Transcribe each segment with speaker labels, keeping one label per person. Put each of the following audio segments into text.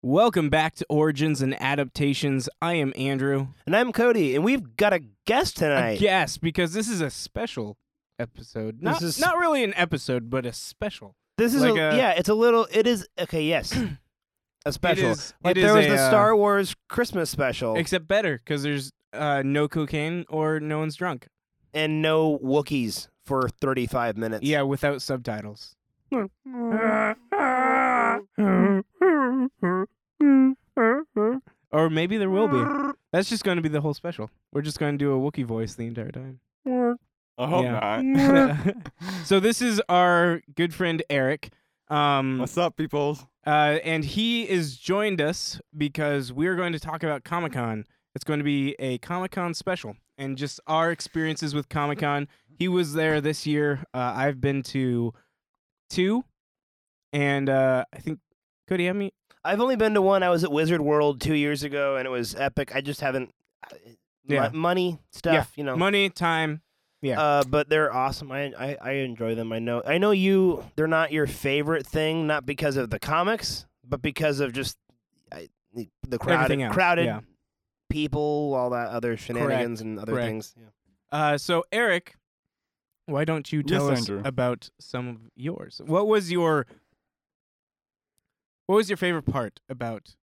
Speaker 1: Welcome back to Origins and Adaptations. I am Andrew.
Speaker 2: And I'm Cody, and we've got a guest
Speaker 1: I
Speaker 2: tonight.
Speaker 1: guess because this is a special episode. Not,
Speaker 2: is-
Speaker 1: not really an episode, but a special.
Speaker 2: this is
Speaker 1: like
Speaker 2: a,
Speaker 1: a-
Speaker 2: yeah, it's a little. It is okay. Yes, a special.
Speaker 1: is-
Speaker 2: like
Speaker 1: it
Speaker 2: there
Speaker 1: is
Speaker 2: was
Speaker 1: a,
Speaker 2: the
Speaker 1: uh,
Speaker 2: Star Wars Christmas special,
Speaker 1: Except better because there's uh, no cocaine or no one's drunk.
Speaker 2: and no Wookiees for 35 minutes.
Speaker 1: Yeah, without subtitles. Mm-hmm. Or maybe there will be. That's just going to be the whole special. We're just going to do a Wookiee voice the entire time.
Speaker 3: I hope
Speaker 1: Yeah.
Speaker 3: not.
Speaker 1: so this is our good friend Eric. Um,
Speaker 3: What's up, people?
Speaker 1: Uh, and he is joined us because we are going to talk about Comic Con. It's going to be a Comic Con special and just our experiences with Comic Con. He was there this year. Uh, I've been to two, and uh, I think Cody, have me?
Speaker 2: I've only been to one. I was at Wizard World two years ago, and it was epic. I just haven't.
Speaker 1: Yeah.
Speaker 2: Mo- money stuff, you know.
Speaker 1: Money, time. yeah.
Speaker 2: Uh, but they're awesome. I, I I enjoy them. I know. I know you. They're not your favorite thing, not because of the comics, but because of just I, the-
Speaker 1: Everything
Speaker 2: the crowded
Speaker 1: else,
Speaker 2: crowded
Speaker 1: yeah.
Speaker 2: people, all that other shenanigans and other
Speaker 1: correct.
Speaker 2: things. Yeah.
Speaker 1: Uh, so Eric, why don't you tell
Speaker 3: Yes,
Speaker 1: us
Speaker 3: Andrew.
Speaker 1: about some of yours? What was your what was your favorite part about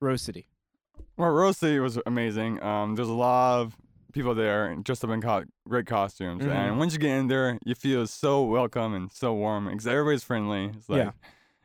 Speaker 1: Rose City?
Speaker 3: Well, Rose City was amazing. Um, there's a lot of people there and dressed up in co- great costumes,
Speaker 1: Mhm.
Speaker 3: and once you get in there, you feel so welcome and so warm because everybody's friendly. It's like
Speaker 1: Yeah.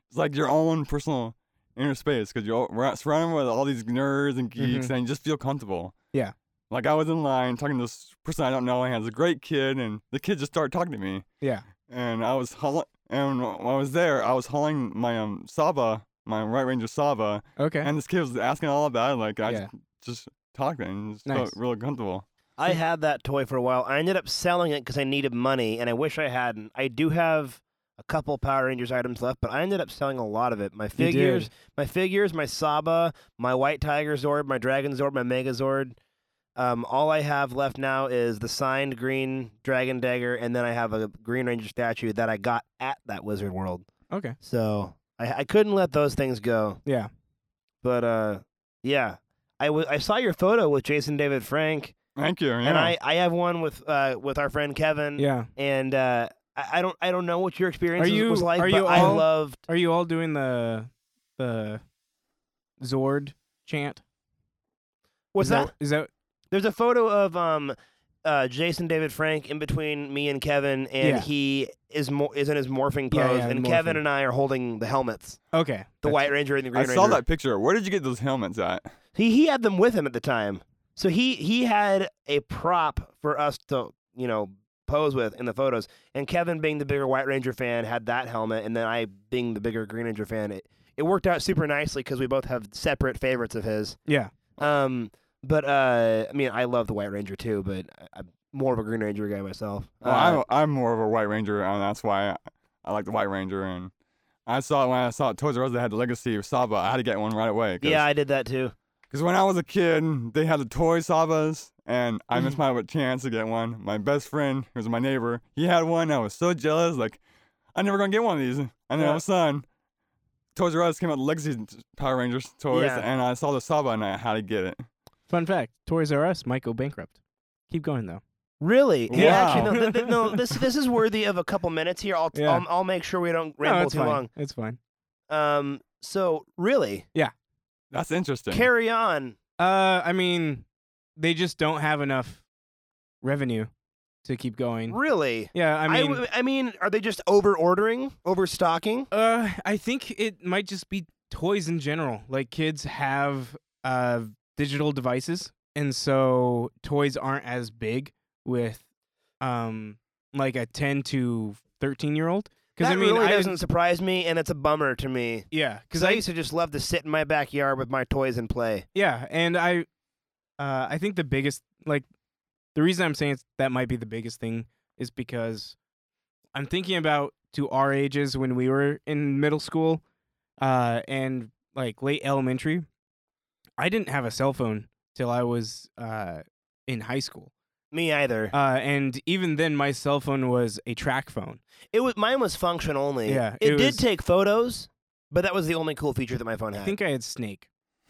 Speaker 3: it's like your own personal inner space because you're all- we're surrounded with all these nerds and geeks, and you just feel comfortable.
Speaker 1: Mm-hmm. Yeah.
Speaker 3: Like I was in line talking to this person I don't know, and has a great kid, and the kid just started talking to me.
Speaker 1: Yeah.
Speaker 3: and I was hauling, and when I was there, I was hauling my um Saba, my Right Ranger Saba,
Speaker 1: Okay.
Speaker 3: and this kid was asking all about it. Like I
Speaker 1: Yeah.
Speaker 3: just, just talked to him, and just
Speaker 1: Nice.
Speaker 3: felt really comfortable.
Speaker 2: I had that toy for a while. I ended up selling it because I needed money, and I wish I hadn't. I do have a couple Power Rangers items left, but I ended up selling a lot of it. My
Speaker 1: did.
Speaker 2: figures, my figures, my Saba, my White Tiger Zord, my Dragon Zord, my Megazord. Um, all I have left now is the signed green Dragon Dagger, and then I have a Green Ranger statue that I got at that Wizard World.
Speaker 1: okay.
Speaker 2: So I, I couldn't let those things go.
Speaker 1: Yeah.
Speaker 2: But uh, yeah, I wa- I saw your photo with Jason David Frank.
Speaker 3: Thank you.
Speaker 2: And
Speaker 3: yeah.
Speaker 2: I, I have one with uh with our friend Kevin.
Speaker 1: Yeah.
Speaker 2: And uh, I, I don't I don't know what your experience
Speaker 1: Are you-
Speaker 2: was like,
Speaker 1: are
Speaker 2: but
Speaker 1: you
Speaker 2: I
Speaker 1: all-
Speaker 2: loved
Speaker 1: Are you all doing the the Zord chant?
Speaker 2: what's
Speaker 1: is
Speaker 2: that?
Speaker 1: Is that
Speaker 2: There's a photo of um uh, Jason David Frank in between me and Kevin, and
Speaker 1: Yeah.
Speaker 2: he is mo- is in his morphing pose,
Speaker 1: Yeah, yeah,
Speaker 2: and
Speaker 1: morphing.
Speaker 2: Kevin and I are holding the helmets,
Speaker 1: okay?
Speaker 2: the
Speaker 1: that's-
Speaker 2: White Ranger and the Green
Speaker 3: I
Speaker 2: Ranger.
Speaker 3: saw that picture. Where did you get those helmets at?
Speaker 2: He he had them with him at the time, so he he had a prop for us to you know pose with in the photos. And Kevin, being the bigger White Ranger fan, had that helmet, and then I, being the bigger Green Ranger fan, it, it worked out super nicely because we both have separate favorites of his.
Speaker 1: Yeah.
Speaker 2: Um, but uh, I mean, I love the White Ranger too, but I, I'm more of a Green Ranger guy myself. Uh,
Speaker 3: Well, I'm, I'm more of a White Ranger, and that's why I, I like the White Ranger. And I saw when I saw at Toys R Us they had the Legacy of Saba. I had to get one right away. Cause,
Speaker 2: yeah, I did that too.
Speaker 3: Because when I was a kid, they had the toy Sabas, and I
Speaker 1: Mm-hmm.
Speaker 3: missed my chance to get one. My best friend, who's my neighbor, he had one. I was so jealous. Like, I'm never gonna get one of these. And then all
Speaker 2: Yeah.
Speaker 3: of a sudden, Toys R Us came out with Legacy Power Rangers toys,
Speaker 2: Yeah.
Speaker 3: and I saw the Saba, and I had to get it.
Speaker 1: Fun fact: Toys R Us might go bankrupt. Keep going though.
Speaker 2: Really? Yeah. Actually,
Speaker 3: Wow.
Speaker 2: no, th- th- no. This this is worthy of a couple minutes here. I'll,
Speaker 1: Yeah.
Speaker 2: I'll I'll make sure we don't
Speaker 1: no,
Speaker 2: ramble
Speaker 1: it's
Speaker 2: too
Speaker 1: fine.
Speaker 2: long.
Speaker 1: It's fine.
Speaker 2: Um. So really,
Speaker 3: That's interesting.
Speaker 2: carry on.
Speaker 1: Uh, I mean, they just don't have enough revenue to keep going.
Speaker 2: Really?
Speaker 1: Yeah, I mean,
Speaker 2: w- I mean, are they just over ordering, overstocking?
Speaker 1: Uh, I think it might just be toys in general. Like kids have uh digital devices, and so toys aren't as big with um like a ten to thirteen year old. Because
Speaker 2: That
Speaker 1: I mean,
Speaker 2: really
Speaker 1: I
Speaker 2: doesn't surprise me, and it's a bummer to me.
Speaker 1: yeah,
Speaker 2: Because I used to just love to sit in my backyard with my toys and play.
Speaker 1: Yeah, and I, uh, I think the biggest like the reason I'm saying it's, that might be the biggest thing is because I'm thinking about to our ages when we were in middle school, uh, and like late elementary. I didn't have a cell phone till I was uh, in high school,
Speaker 2: Me either.
Speaker 1: uh, and even then, my cell phone was a track phone.
Speaker 2: It was mine was function only.
Speaker 1: Yeah,
Speaker 2: it,
Speaker 1: it
Speaker 2: did
Speaker 1: was-
Speaker 2: take photos, But that was the only cool feature that my phone had.
Speaker 1: I think I had Snake.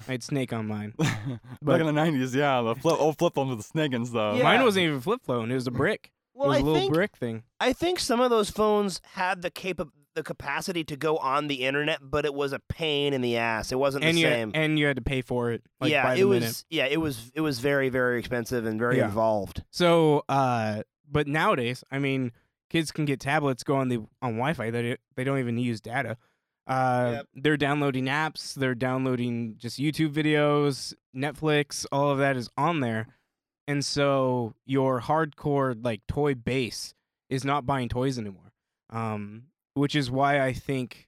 Speaker 1: I had Snake on mine.
Speaker 3: Back
Speaker 1: But-
Speaker 3: in the nineties, yeah, the flip, old flip phones with the snake and stuff.
Speaker 2: Yeah.
Speaker 1: Mine wasn't even flip phone. It was a brick.
Speaker 2: well,
Speaker 1: it
Speaker 2: I
Speaker 1: was a little
Speaker 2: think
Speaker 1: brick thing.
Speaker 2: I think some of those phones had the capa- the capacity to go on the internet, but it was a pain in the ass. It wasn't
Speaker 1: And
Speaker 2: the
Speaker 1: you
Speaker 2: same.
Speaker 1: and you had to pay for it. Like,
Speaker 2: yeah,
Speaker 1: by the
Speaker 2: it was.
Speaker 1: minute.
Speaker 2: Yeah, it was. It was very, very expensive and very
Speaker 1: Yeah.
Speaker 2: involved.
Speaker 1: So, uh, but nowadays, I mean, kids can get tablets, go on the on Wi-Fi. They they don't even use data. Uh,
Speaker 2: Yep.
Speaker 1: They're downloading apps. They're downloading just YouTube videos, Netflix. All of that is on there, and so your hardcore like toy base is not buying toys anymore. Um, which is why I think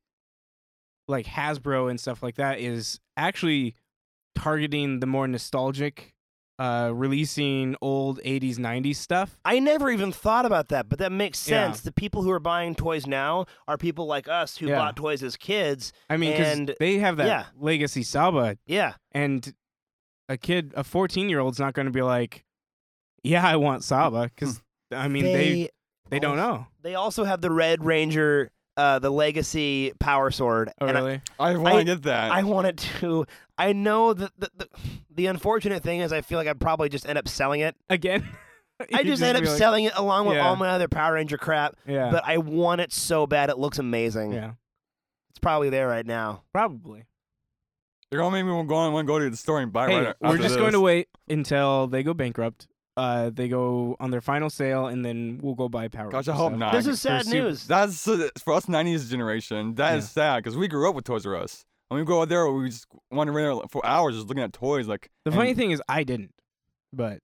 Speaker 1: like Hasbro and stuff like that is actually targeting the more nostalgic uh, releasing old 80s, 90s stuff.
Speaker 2: I never even thought about that, but that makes
Speaker 1: Yeah.
Speaker 2: sense. The people who are buying toys now are people like us who
Speaker 1: Yeah.
Speaker 2: bought toys as kids.
Speaker 1: I mean,
Speaker 2: And-
Speaker 1: because they have that
Speaker 2: yeah.
Speaker 1: legacy Saba,
Speaker 2: Yeah,
Speaker 1: and a kid, a 14 year old's not going to be like, yeah, I want Saba, because I mean, they, they, don't
Speaker 2: also-
Speaker 1: know.
Speaker 2: They also have the Red Ranger, uh, the Legacy Power Sword.
Speaker 1: Oh,
Speaker 2: and I-
Speaker 1: really?
Speaker 3: I want
Speaker 2: I-
Speaker 3: to get that.
Speaker 2: I wanted to. I know that the, the the unfortunate thing is I feel like I'd probably just end up selling it.
Speaker 1: Again?
Speaker 2: I
Speaker 1: You'd
Speaker 2: just, end up
Speaker 1: be like,
Speaker 2: selling it along with
Speaker 1: Yeah.
Speaker 2: all my other Power Ranger crap.
Speaker 1: Yeah.
Speaker 2: But I want it so bad. It looks amazing.
Speaker 1: yeah.
Speaker 2: It's probably there right now.
Speaker 1: Probably.
Speaker 3: You're gonna make me want to go on- wanna go to the store and buy it
Speaker 1: Hey,
Speaker 3: right
Speaker 1: we're
Speaker 3: after
Speaker 1: just
Speaker 3: this.
Speaker 1: going to wait until they go bankrupt. Uh, they go on their final sale, and then we'll go buy Power.
Speaker 3: Gosh, I
Speaker 1: Rangers
Speaker 3: hope
Speaker 1: stuff.
Speaker 3: not.
Speaker 2: This is
Speaker 1: they're
Speaker 2: sad
Speaker 1: super-
Speaker 2: news.
Speaker 3: That's uh, for us '90s generation. That is sad because we grew up with Toys R Us. When we go out there, we just want to run there for hours just looking at toys. Like
Speaker 1: The
Speaker 3: and-
Speaker 1: funny thing is, I didn't. But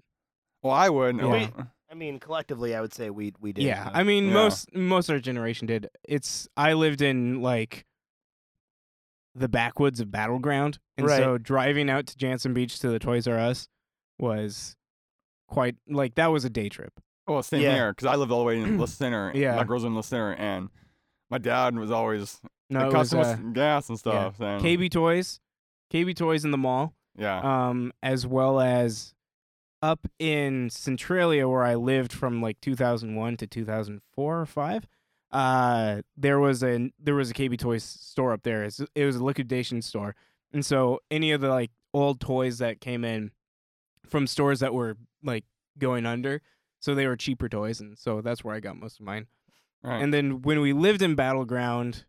Speaker 3: Well, I would.
Speaker 1: Yeah.
Speaker 3: Wait,
Speaker 2: I mean, collectively, I would say we we did.
Speaker 1: yeah, I mean
Speaker 3: Yeah.
Speaker 1: most most our generation did. It's I lived in like the backwoods of Battleground, and
Speaker 2: Right.
Speaker 1: so driving out to Jansen Beach to the Toys R Us was quite like that was a day trip.
Speaker 3: Well, same
Speaker 2: Yeah.
Speaker 3: here because I lived all the way in the center.
Speaker 1: Yeah.
Speaker 3: My girls in the center, and my dad was always
Speaker 1: No,
Speaker 3: it
Speaker 1: it
Speaker 3: cost Oh.
Speaker 1: was
Speaker 3: so
Speaker 1: uh,
Speaker 3: much gas and stuff. and-
Speaker 1: KB Toys, KB Toys in the mall.
Speaker 3: yeah.
Speaker 1: um, as well as up in Centralia, where I lived from like 2001 to 2004 or five. Uh, there was a there was a KB Toys store up there. It's, it was a liquidation store, and so any of the like old toys that came in from stores that were like going under, so they were cheaper toys, and so that's where I got most of mine.
Speaker 3: right.
Speaker 1: And then when we lived in Battleground,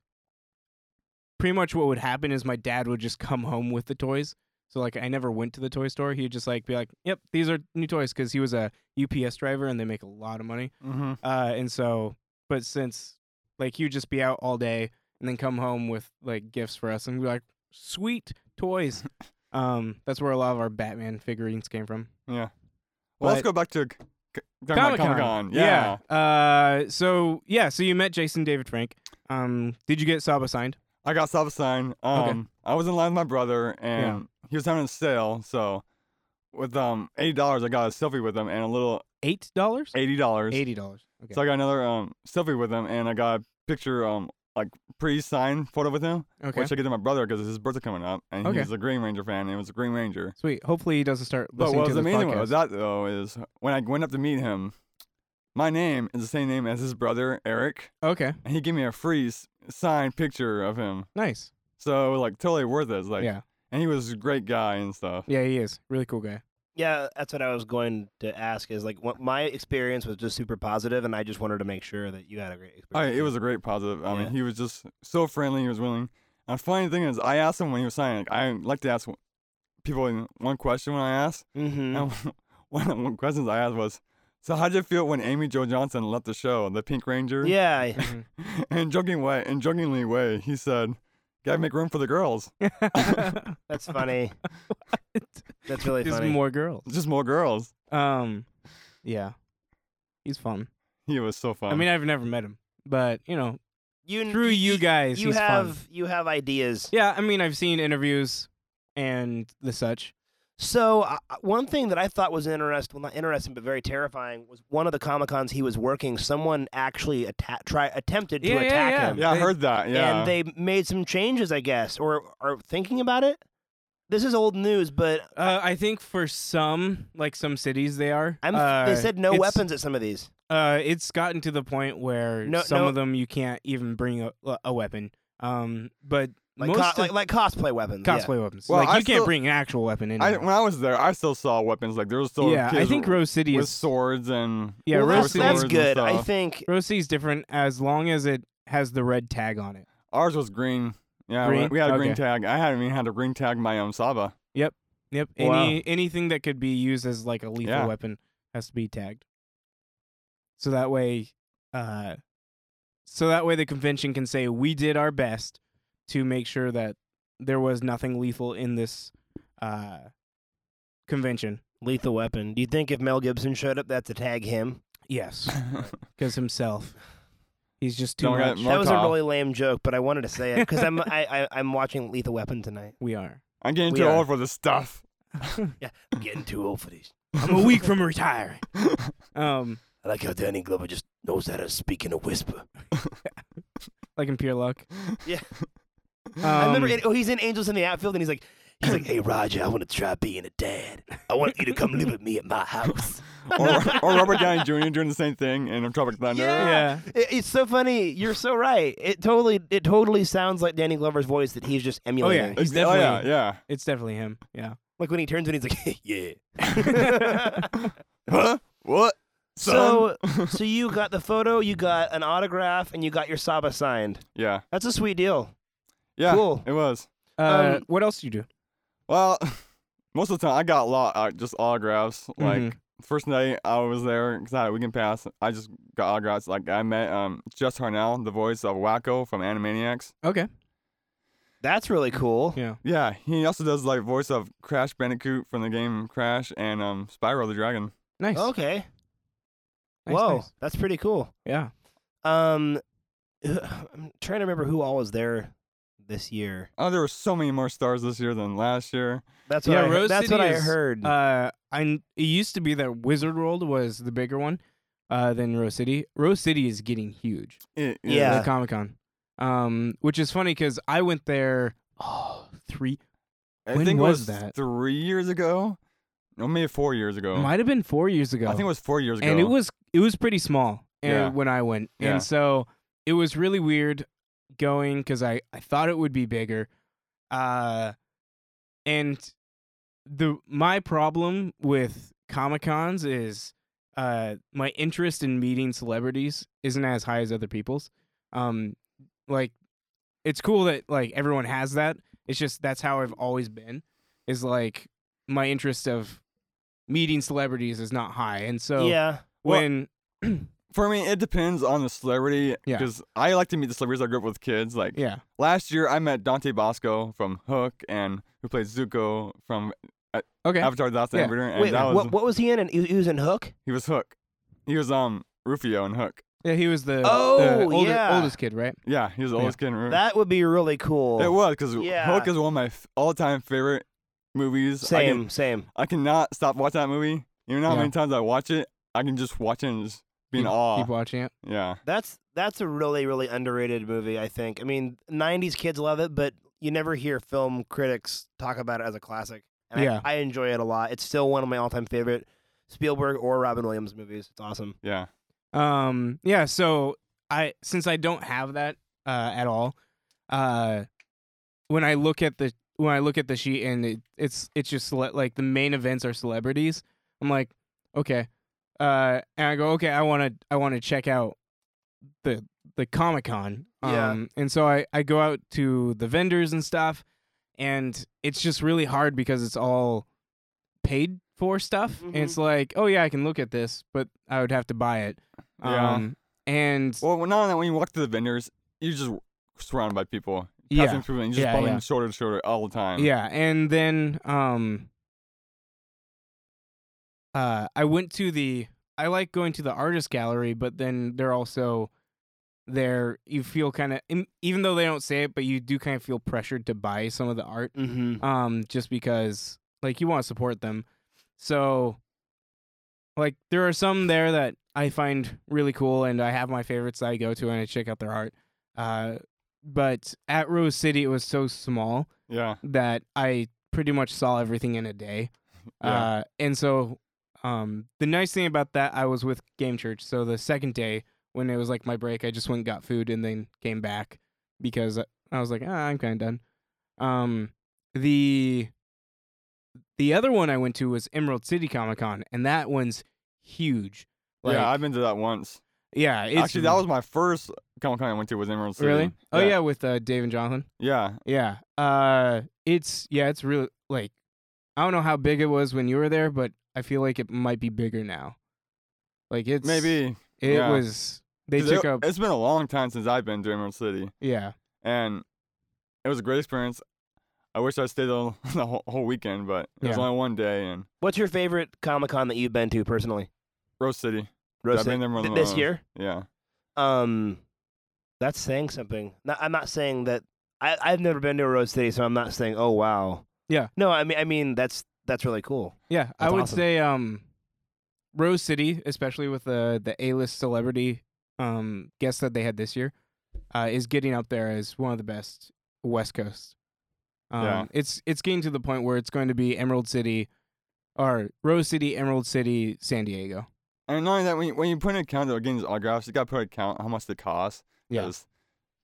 Speaker 1: pretty much what would happen is my dad would just come home with the toys. So like I never went to the toy store. He'd just like be like, "Yep, these are new toys" because he was a UPS driver and they make a lot of money.
Speaker 3: mm-hmm.
Speaker 1: Uh, and so, but since like he'd just be out all day and then come home with like gifts for us and be like, "Sweet toys." um, that's where a lot of our Batman figurines came from.
Speaker 3: Yeah. Well, let's
Speaker 1: But-
Speaker 3: go back to c- c- talking about
Speaker 1: Comic
Speaker 3: Comic-Con.
Speaker 1: Con.
Speaker 3: Yeah.
Speaker 1: Uh, so yeah, so you met Jason David Frank. Um, did you get Saba signed?
Speaker 3: I got stop sign. Um, I was in line with my brother, and he was having a sale. So, with um eighty dollars, I got a selfie with him, and a little
Speaker 1: Eight dollars.
Speaker 3: eighty dollars.
Speaker 1: Eighty dollars. Okay.
Speaker 3: So I got another um selfie with him, and I got a picture um like pre-signed photo with him,
Speaker 1: okay.
Speaker 3: which I gave to my brother because it's his birthday coming up, and
Speaker 1: Okay.
Speaker 3: he's a Green Ranger fan, and it was a Green Ranger.
Speaker 1: Sweet. Hopefully he doesn't start
Speaker 3: But
Speaker 1: listening
Speaker 3: what
Speaker 1: to
Speaker 3: was
Speaker 1: this
Speaker 3: amazing
Speaker 1: podcast.
Speaker 3: about that though is when I went up to meet him, my name is the same name as his brother Eric,
Speaker 1: okay.
Speaker 3: and he gave me a free s- signed picture of him.
Speaker 1: Nice.
Speaker 3: So it was, like totally worth it. It's Like,
Speaker 1: yeah.
Speaker 3: and he was a great guy and stuff.
Speaker 1: Yeah, he is. Really cool guy.
Speaker 2: Yeah, that's what I was going to ask. Is like what, my experience was just super positive, and I just wanted to make sure that you had a great
Speaker 3: I,
Speaker 1: Oh,
Speaker 2: experience.
Speaker 3: it was a great positive. I
Speaker 2: Yeah.
Speaker 3: mean, he was just so friendly. He was willing. And the funny thing is, I asked him when he was signing. Like, I like to ask people in- one question when I ask.
Speaker 2: Mm-hmm.
Speaker 3: And one of the questions I asked was, "So how did you feel when Amy Jo Johnson left the show, the Pink Ranger?"
Speaker 2: Yeah. I-
Speaker 3: And joking way, in jokingly way, he said, "Gotta make room for the girls.
Speaker 2: That's funny. That's really
Speaker 1: There's
Speaker 2: funny.
Speaker 1: more girls.
Speaker 3: Just more girls."
Speaker 1: Um, yeah. He's fun.
Speaker 3: He was so fun.
Speaker 1: I mean, I've never met him, but you know,
Speaker 2: you
Speaker 1: through you guys,
Speaker 2: you
Speaker 1: he's
Speaker 2: have
Speaker 1: fun.
Speaker 2: you have ideas.
Speaker 1: Yeah, I mean, I've seen interviews and the such.
Speaker 2: So uh, uh, one thing that I thought was interesting, well not interesting, but very terrifying, was one of the comic cons he was working. Someone actually atta- try attempted to
Speaker 1: Yeah, yeah,
Speaker 2: attack
Speaker 1: yeah.
Speaker 2: him,
Speaker 3: yeah, I
Speaker 1: they-
Speaker 3: heard that. Yeah,
Speaker 2: and they made some changes, I guess, or are thinking about it. This is old news, but
Speaker 1: Uh, I think for some, like some cities, they are.
Speaker 2: I'm,
Speaker 1: uh,
Speaker 2: they said no
Speaker 1: it's-
Speaker 2: weapons at some of these.
Speaker 1: Uh, it's gotten to the point where
Speaker 2: No-
Speaker 1: some
Speaker 2: no-
Speaker 1: of them you can't even bring a, a weapon. Um, but
Speaker 2: like,
Speaker 1: most
Speaker 2: co-
Speaker 1: of-
Speaker 2: like like cosplay weapons. yeah.
Speaker 1: cosplay weapons.
Speaker 3: Well,
Speaker 1: like you
Speaker 3: I
Speaker 1: can't
Speaker 3: still-
Speaker 1: bring an actual weapon in.
Speaker 3: I,
Speaker 1: there.
Speaker 3: when I was there, I still saw weapons. Like there was still
Speaker 1: yeah,
Speaker 3: kids
Speaker 1: I think
Speaker 3: with
Speaker 1: Rose City is
Speaker 3: swords and
Speaker 1: Yeah,
Speaker 2: well,
Speaker 1: Rose
Speaker 2: that's,
Speaker 3: swords
Speaker 1: City-
Speaker 2: that's
Speaker 3: and
Speaker 2: good. I
Speaker 3: stuff.
Speaker 2: think
Speaker 1: Rose City is different as long as it has the red tag on it.
Speaker 3: ours was green. Yeah, we-
Speaker 1: Green?
Speaker 3: we had a green
Speaker 1: Okay.
Speaker 3: tag. I hadn't even had a green tag my own Saba.
Speaker 1: Yep.
Speaker 2: Wow.
Speaker 1: Any anything that could be used as like a lethal
Speaker 3: Yeah.
Speaker 1: weapon has to be tagged. So that way uh so that way the convention can say we did our best to make sure that there was nothing lethal in this uh convention.
Speaker 2: Lethal Weapon. Do you think if Mel Gibson showed up, that's to tag him?
Speaker 1: Yes,
Speaker 3: Don't
Speaker 1: cuz himself. He's just too
Speaker 3: get
Speaker 1: much.
Speaker 2: That was a
Speaker 3: Markov.
Speaker 2: really lame joke, but I wanted to say it because I'm I, I, I'm watching Lethal Weapon tonight.
Speaker 1: We are.
Speaker 3: I'm getting
Speaker 2: We
Speaker 3: too
Speaker 2: are.
Speaker 3: old for this stuff.
Speaker 2: I'm getting too old for these.
Speaker 1: I'm a week from retiring. Um
Speaker 2: I like how Danny Glover just knows how to speak in a whisper.
Speaker 1: like in pure luck.
Speaker 2: Yeah.
Speaker 1: Um,
Speaker 2: I remember. It, oh, he's in Angels in the Outfield, and he's like, he's like, "Hey Roger, I want to try being a dad. I want you to come live with me at my house."
Speaker 3: or, or Robert Downey Jr. doing the same thing in Tropic Thunder.
Speaker 2: Yeah.
Speaker 1: yeah.
Speaker 2: It, it's so funny. You're so right. It totally, it totally sounds like Danny Glover's voice that he's just emulating.
Speaker 1: He's
Speaker 3: Ex- oh, yeah,
Speaker 1: definitely-
Speaker 3: yeah.
Speaker 1: It's definitely him. Yeah.
Speaker 2: Like when he turns and he's like, "Yeah."
Speaker 3: Huh? What?
Speaker 2: so, so you got the photo, you got an autograph, and you got your Saba signed.
Speaker 3: yeah,
Speaker 2: That's a sweet deal.
Speaker 3: yeah.
Speaker 2: Cool.
Speaker 3: It was.
Speaker 1: Uh,
Speaker 2: Um,
Speaker 1: what else do you do?
Speaker 3: Well, most of the time I got a lot uh, just autographs. Like first night I was there because I had a weekend pass. I just got autographs. Like I met um Jess Harnell, the voice of Wacko from Animaniacs.
Speaker 1: Okay.
Speaker 2: That's really cool.
Speaker 1: Yeah.
Speaker 3: Yeah, he also does like voice of Crash Bandicoot from the game Crash and um Spyro the Dragon.
Speaker 1: Nice.
Speaker 2: Okay.
Speaker 1: Nice,
Speaker 2: Oh, Whoa,
Speaker 1: nice.
Speaker 2: that's pretty cool.
Speaker 1: Yeah.
Speaker 2: Um, I'm trying to remember who all was there this year.
Speaker 3: Oh, there were so many more stars this year than last year.
Speaker 2: That's what
Speaker 1: Yeah,
Speaker 2: I,
Speaker 1: Rose
Speaker 2: that's
Speaker 1: City
Speaker 2: what I
Speaker 1: is,
Speaker 2: heard.
Speaker 1: Uh, I kn- it used to be that Wizard World was the bigger one, uh, than Rose City. Rose City is getting huge.
Speaker 3: It- it-
Speaker 2: Yeah.
Speaker 1: at Comic Con. Um, which is funny because I went there. Oh, three
Speaker 3: I
Speaker 1: When
Speaker 3: think
Speaker 1: was
Speaker 3: it was
Speaker 1: that?
Speaker 3: three years ago. No, maybe four years ago.
Speaker 1: might have been four years ago.
Speaker 3: Oh. I think it was four years ago.
Speaker 1: and it was it was pretty small and
Speaker 3: Yeah.
Speaker 1: when I went,
Speaker 3: Yeah.
Speaker 1: and so it was really weird going because I I thought it would be bigger, uh, and the my problem with comic cons is uh my interest in meeting celebrities isn't as high as other people's, um, like it's cool that like everyone has that. It's just that's how I've always been. Is like my interest of meeting celebrities is not high, and so
Speaker 2: yeah.
Speaker 3: Well-
Speaker 1: when
Speaker 3: for me. It depends on the celebrity.
Speaker 1: Yeah.
Speaker 3: Because I like to meet the celebrities I grew up with kids. Like
Speaker 1: yeah
Speaker 3: last year, I met Dante Bosco from Hook and who played Zuko from
Speaker 1: okay
Speaker 3: Avatar: The Last
Speaker 1: Yeah.
Speaker 3: Airbender, and
Speaker 2: Wait,
Speaker 3: that was
Speaker 2: what what was he in? And he, he was in Hook.
Speaker 3: he was Hook. He was um Rufio in Hook.
Speaker 1: yeah he was the, the
Speaker 2: Oh,
Speaker 1: older-
Speaker 2: yeah.
Speaker 1: oldest kid right
Speaker 3: Yeah, he was the
Speaker 1: Yeah.
Speaker 3: oldest kid in Rufio.
Speaker 2: That would be really cool.
Speaker 3: It was because
Speaker 2: Yeah.
Speaker 3: Hook is one of my f- all-time favorite movies. I can-
Speaker 2: Same, same.
Speaker 3: I cannot stop watching that movie. You know how
Speaker 1: Yeah.
Speaker 3: many times I watch it? I can just watch it and just be in
Speaker 1: keep,
Speaker 3: awe.
Speaker 1: keep watching it
Speaker 3: yeah.
Speaker 2: That's that's a really really underrated movie. I think. I mean, '90s kids love it, but you never hear film critics talk about it as a classic. And I-
Speaker 1: Yeah.
Speaker 2: I, enjoy it a lot. It's still one of my all-time favorite Spielberg or Robin Williams movies. It's awesome.
Speaker 3: Yeah.
Speaker 1: um yeah so I since I don't have that uh at all uh when I look at the when I look at the sheet and it, it's it's just cele- like the main events are celebrities I'm like okay uh and I go okay I want to I want to check out the the Comic Con
Speaker 2: Yeah.
Speaker 1: um and so I I go out to the vendors and stuff and it's just really hard because it's all paid for stuff and it's like oh yeah i can look at this but i would have to buy it
Speaker 3: Yeah.
Speaker 1: um and
Speaker 3: Well, when- not only that, when you walk to the vendors, you're just surrounded by people.
Speaker 1: Yeah.
Speaker 3: Passing through and you're just
Speaker 1: Yeah,
Speaker 3: bumping
Speaker 1: yeah.
Speaker 3: shoulder to shoulder all the time.
Speaker 1: yeah and then um uh i went to the i like going to the artist gallery but then they're also there you feel kind of even though they don't say it but you do kind of feel pressured to buy some of the art
Speaker 2: Mm-hmm.
Speaker 1: um just because like you want to support them so like there are some there that i find really cool and i have my favorites that i go to and i check out their art uh but at rose city it was so small
Speaker 3: Yeah.
Speaker 1: that i pretty much saw everything in a day
Speaker 3: Yeah.
Speaker 1: uh and so um the nice thing about that i was with game church so the second day when it was like my break i just went and got food and then came back because I was like, ah, I'm kind of done. Um, the the other one I went to was Emerald City Comic Con, and that one's huge. Like,
Speaker 3: yeah, I've been to that once.
Speaker 1: yeah, it's
Speaker 3: Actually, that was my first Comic Con I went to was Emerald City.
Speaker 1: really. Oh yeah, with uh, Dave and Jonathan.
Speaker 3: Yeah.
Speaker 1: Yeah. Uh, it's yeah, it's really like I don't know how big it was when you were there, but I feel like it might be bigger now. Like it's
Speaker 3: Maybe.
Speaker 1: it
Speaker 3: yeah.
Speaker 1: was they
Speaker 3: 'Cause
Speaker 1: took
Speaker 3: it,
Speaker 1: up
Speaker 3: It's been a long time since I've been to Emerald City,
Speaker 1: yeah
Speaker 3: and it was a great experience. I wish I stayed the, the whole, whole weekend, but it was
Speaker 1: Yeah.
Speaker 3: only one day in
Speaker 2: What's your favorite Comic Con that you've been to personally?
Speaker 3: Rose City.
Speaker 2: Rose
Speaker 3: I've
Speaker 2: City?
Speaker 3: been there more
Speaker 2: Th-
Speaker 3: than
Speaker 2: this
Speaker 3: once.
Speaker 2: year.
Speaker 3: Yeah.
Speaker 2: Um, that's saying something. No, I'm not saying that. I I've never been to a Rose City, so I'm not saying. Oh wow.
Speaker 1: Yeah.
Speaker 2: No, I mean I mean that's that's really cool.
Speaker 1: yeah. I
Speaker 2: That's
Speaker 1: would
Speaker 2: awesome.
Speaker 1: say um, Rose City, especially with the the A list celebrity um guest that they had this year, uh, is getting up there as one of the best West Coast. Um,
Speaker 3: Yeah.
Speaker 1: it's it's getting to the point where it's going to be Emerald City, or Rose City, Emerald City, San Diego.
Speaker 3: And not only that, when you, when you put in a count of getting these autographs, you got to put a count how much they cost.
Speaker 1: Yeah.
Speaker 3: 'cause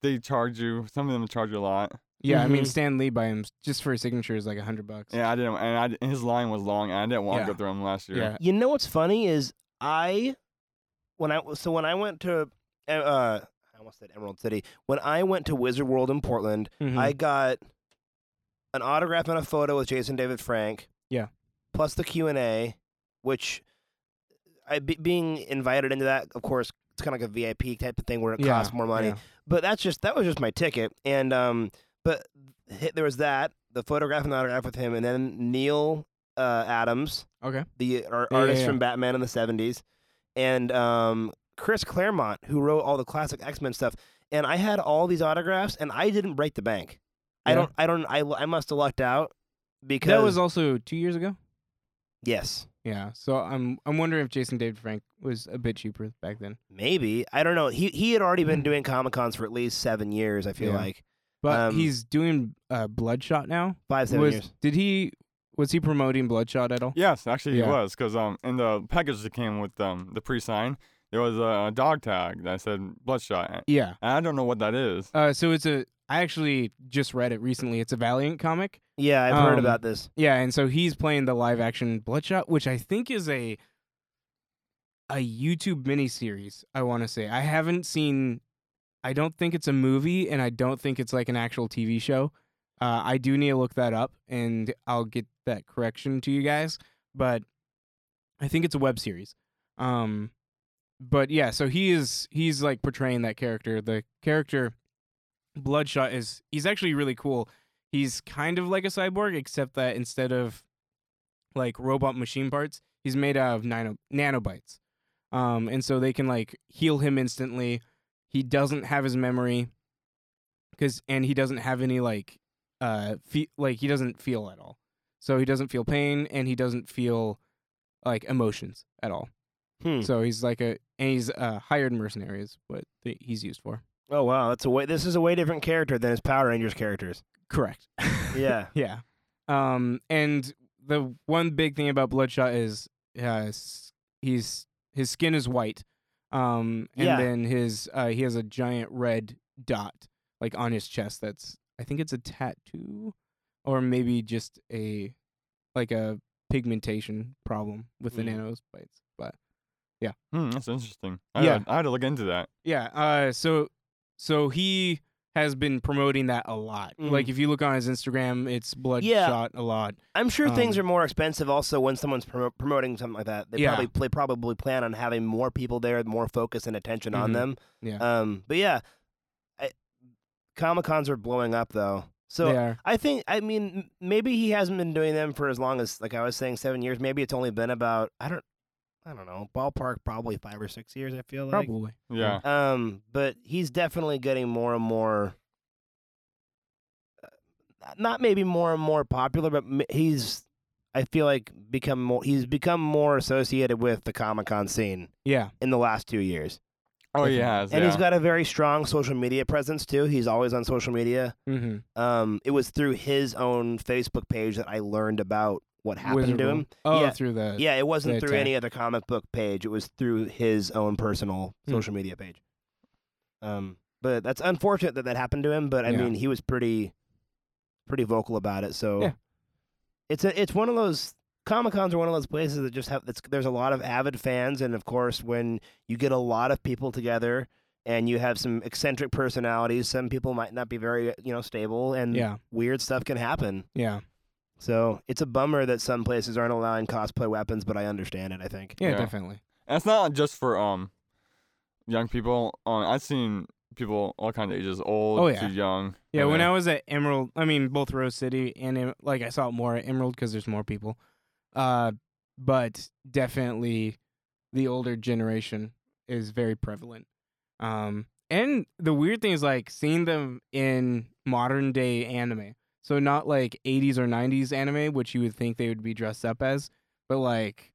Speaker 3: They charge you. Some of them charge you a lot.
Speaker 1: Yeah, I mean
Speaker 2: Mhm.
Speaker 1: Stan Lee by him just for a signature is like a hundred bucks.
Speaker 3: Yeah, I didn't. And I, and his line was long, and I didn't want
Speaker 1: Yeah.
Speaker 3: to go through them last year.
Speaker 1: yeah,
Speaker 2: Uh, You know what's funny is I when I so when I went to uh, uh I almost said Emerald City when I went to Wizard World in Portland.
Speaker 1: Mhm.
Speaker 2: I got an autograph and a photo with Jason David Frank.
Speaker 1: Yeah.
Speaker 2: Plus the Q and A, which I be, being invited into that, of course, it's kind of like a VIP type of thing where it
Speaker 1: Yeah,
Speaker 2: costs more money.
Speaker 1: yeah.
Speaker 2: But that's just that was just my ticket, and um, but hi- there was that the photograph and the autograph with him, and then Neil uh, Adams,
Speaker 1: Okay.
Speaker 2: the ar-
Speaker 1: Yeah, yeah,
Speaker 2: artist
Speaker 1: yeah.
Speaker 2: from Batman in the '70s, and um, Chris Claremont, who wrote all the classic X Men stuff. And I had all these autographs, and I didn't break the bank. I
Speaker 1: Yeah.
Speaker 2: don't. I don't. I, I must have lucked out because
Speaker 1: That was also two years ago.
Speaker 2: yes,
Speaker 1: Yeah, so I'm I'm wondering if Jason David Frank was a bit cheaper back then.
Speaker 2: maybe I don't know. He he had already been doing Comic Cons for at least seven years. I feel
Speaker 1: Yeah.
Speaker 2: like
Speaker 1: But
Speaker 2: Um,
Speaker 1: he's doing uh, Bloodshot now.
Speaker 2: five seven
Speaker 1: was
Speaker 2: years.
Speaker 1: did he was he promoting Bloodshot at all?
Speaker 3: Yes, actually
Speaker 1: Yeah.
Speaker 3: he was, because um, in the package that came with um the pre-sign, there was a dog tag that said Bloodshot, and
Speaker 1: Yeah.
Speaker 3: I don't know what that is.
Speaker 1: Uh, so it's a I actually just read it recently. It's a Valiant comic.
Speaker 2: Yeah, I've heard
Speaker 1: Um,
Speaker 2: about this.
Speaker 1: Yeah, and so he's playing the live action Bloodshot, which I think is a a YouTube miniseries. I want to say I haven't seen. I don't think it's a movie, and I don't think it's like an actual TV show. Uh, I do need to look that up, and I'll get that correction to you guys. But I think it's a web series. Um, but yeah, so he is he's like portraying that character. The character Bloodshot is he's actually really cool he's kind of like a cyborg, except that instead of like robot machine parts, he's made out of nano- nanobites. Um, and so they can like heal him instantly. He doesn't have his memory, cause and he doesn't have any like uh fe- like he doesn't feel at all. So he doesn't feel pain and he doesn't feel like emotions at all.
Speaker 2: Hmm.
Speaker 1: So he's like a and he's a hired mercenary is what th- he's used for.
Speaker 2: Oh wow, that's a way. This is a way different character than his Power Rangers characters.
Speaker 1: Correct.
Speaker 2: Yeah.
Speaker 1: Yeah. Um, and the one big thing about Bloodshot is uh, s- he's his skin is white. Um, and
Speaker 2: Yeah.
Speaker 1: then his uh, he has a giant red dot like on his chest. That's I think it's a tattoo, or maybe just a like a pigmentation problem with the
Speaker 2: Mm.
Speaker 1: nanos bites. But
Speaker 3: Hmm, that's interesting. I
Speaker 1: Yeah.
Speaker 3: had, I had to look into that.
Speaker 1: yeah. Uh, so so he has been promoting that a lot.
Speaker 2: Mm.
Speaker 1: Like if you look on his Instagram, it's Bloodshot a lot.
Speaker 2: I'm sure things
Speaker 1: Um,
Speaker 2: are more expensive. Also, when someone's promo- promoting something like that, they
Speaker 1: Yeah.
Speaker 2: probably they probably plan on having more people there, more focus and attention on
Speaker 1: Mhm.
Speaker 2: them.
Speaker 1: Yeah.
Speaker 2: Um. But yeah, Comic Cons are blowing up though. So
Speaker 1: they are.
Speaker 2: I think I mean m- maybe he hasn't been doing them for as long as like I was saying seven years. Maybe it's only been about I don't I don't know ballpark probably five or six years. I feel like
Speaker 1: Probably.
Speaker 3: Yeah.
Speaker 2: um, but he's definitely getting more and more. uh, Not maybe more and more popular, but m- he's. I feel like become more. He's become more associated with the Comic Con scene
Speaker 1: Yeah.
Speaker 2: in the last two years,
Speaker 3: Oh,
Speaker 1: Definitely.
Speaker 3: he has.
Speaker 2: and
Speaker 3: yeah.
Speaker 2: he's got a very strong social media presence too. He's always on social media.
Speaker 1: Mm-hmm.
Speaker 2: Um, it was through his own Facebook page that I learned about what happened to him.
Speaker 1: Oh,
Speaker 2: Yeah.
Speaker 1: through the
Speaker 2: Yeah, it wasn't through
Speaker 1: attack.
Speaker 2: any other comic book page. It was through his own personal
Speaker 1: Hmm.
Speaker 2: social media page. Um, But that's unfortunate that that happened to him. But I
Speaker 1: Yeah.
Speaker 2: mean, he was pretty, pretty vocal about it. So
Speaker 1: Yeah.
Speaker 2: it's a, it's one of those Comic Cons are one of those places that just have it's, there's a lot of avid fans, and of course, when you get a lot of people together and you have some eccentric personalities, some people might not be very you know stable, and
Speaker 1: Yeah.
Speaker 2: weird stuff can happen.
Speaker 1: Yeah.
Speaker 2: So it's a bummer that some places aren't allowing cosplay weapons, but I understand it. I think.
Speaker 1: Yeah,
Speaker 3: Yeah.
Speaker 1: definitely.
Speaker 3: And it's not just for um young people. Um, I've seen people all kinds of ages, old
Speaker 1: Oh, yeah.
Speaker 3: to young.
Speaker 1: Yeah, when
Speaker 3: Okay.
Speaker 1: I was at Emerald, I mean both Rose City and Em- like I saw it more at Emerald because there's more people, uh, but definitely the older generation is very prevalent. Um, and the weird thing is like seeing them in modern day anime, so not like 80s or 90s anime, which you would think they would be dressed up as, but like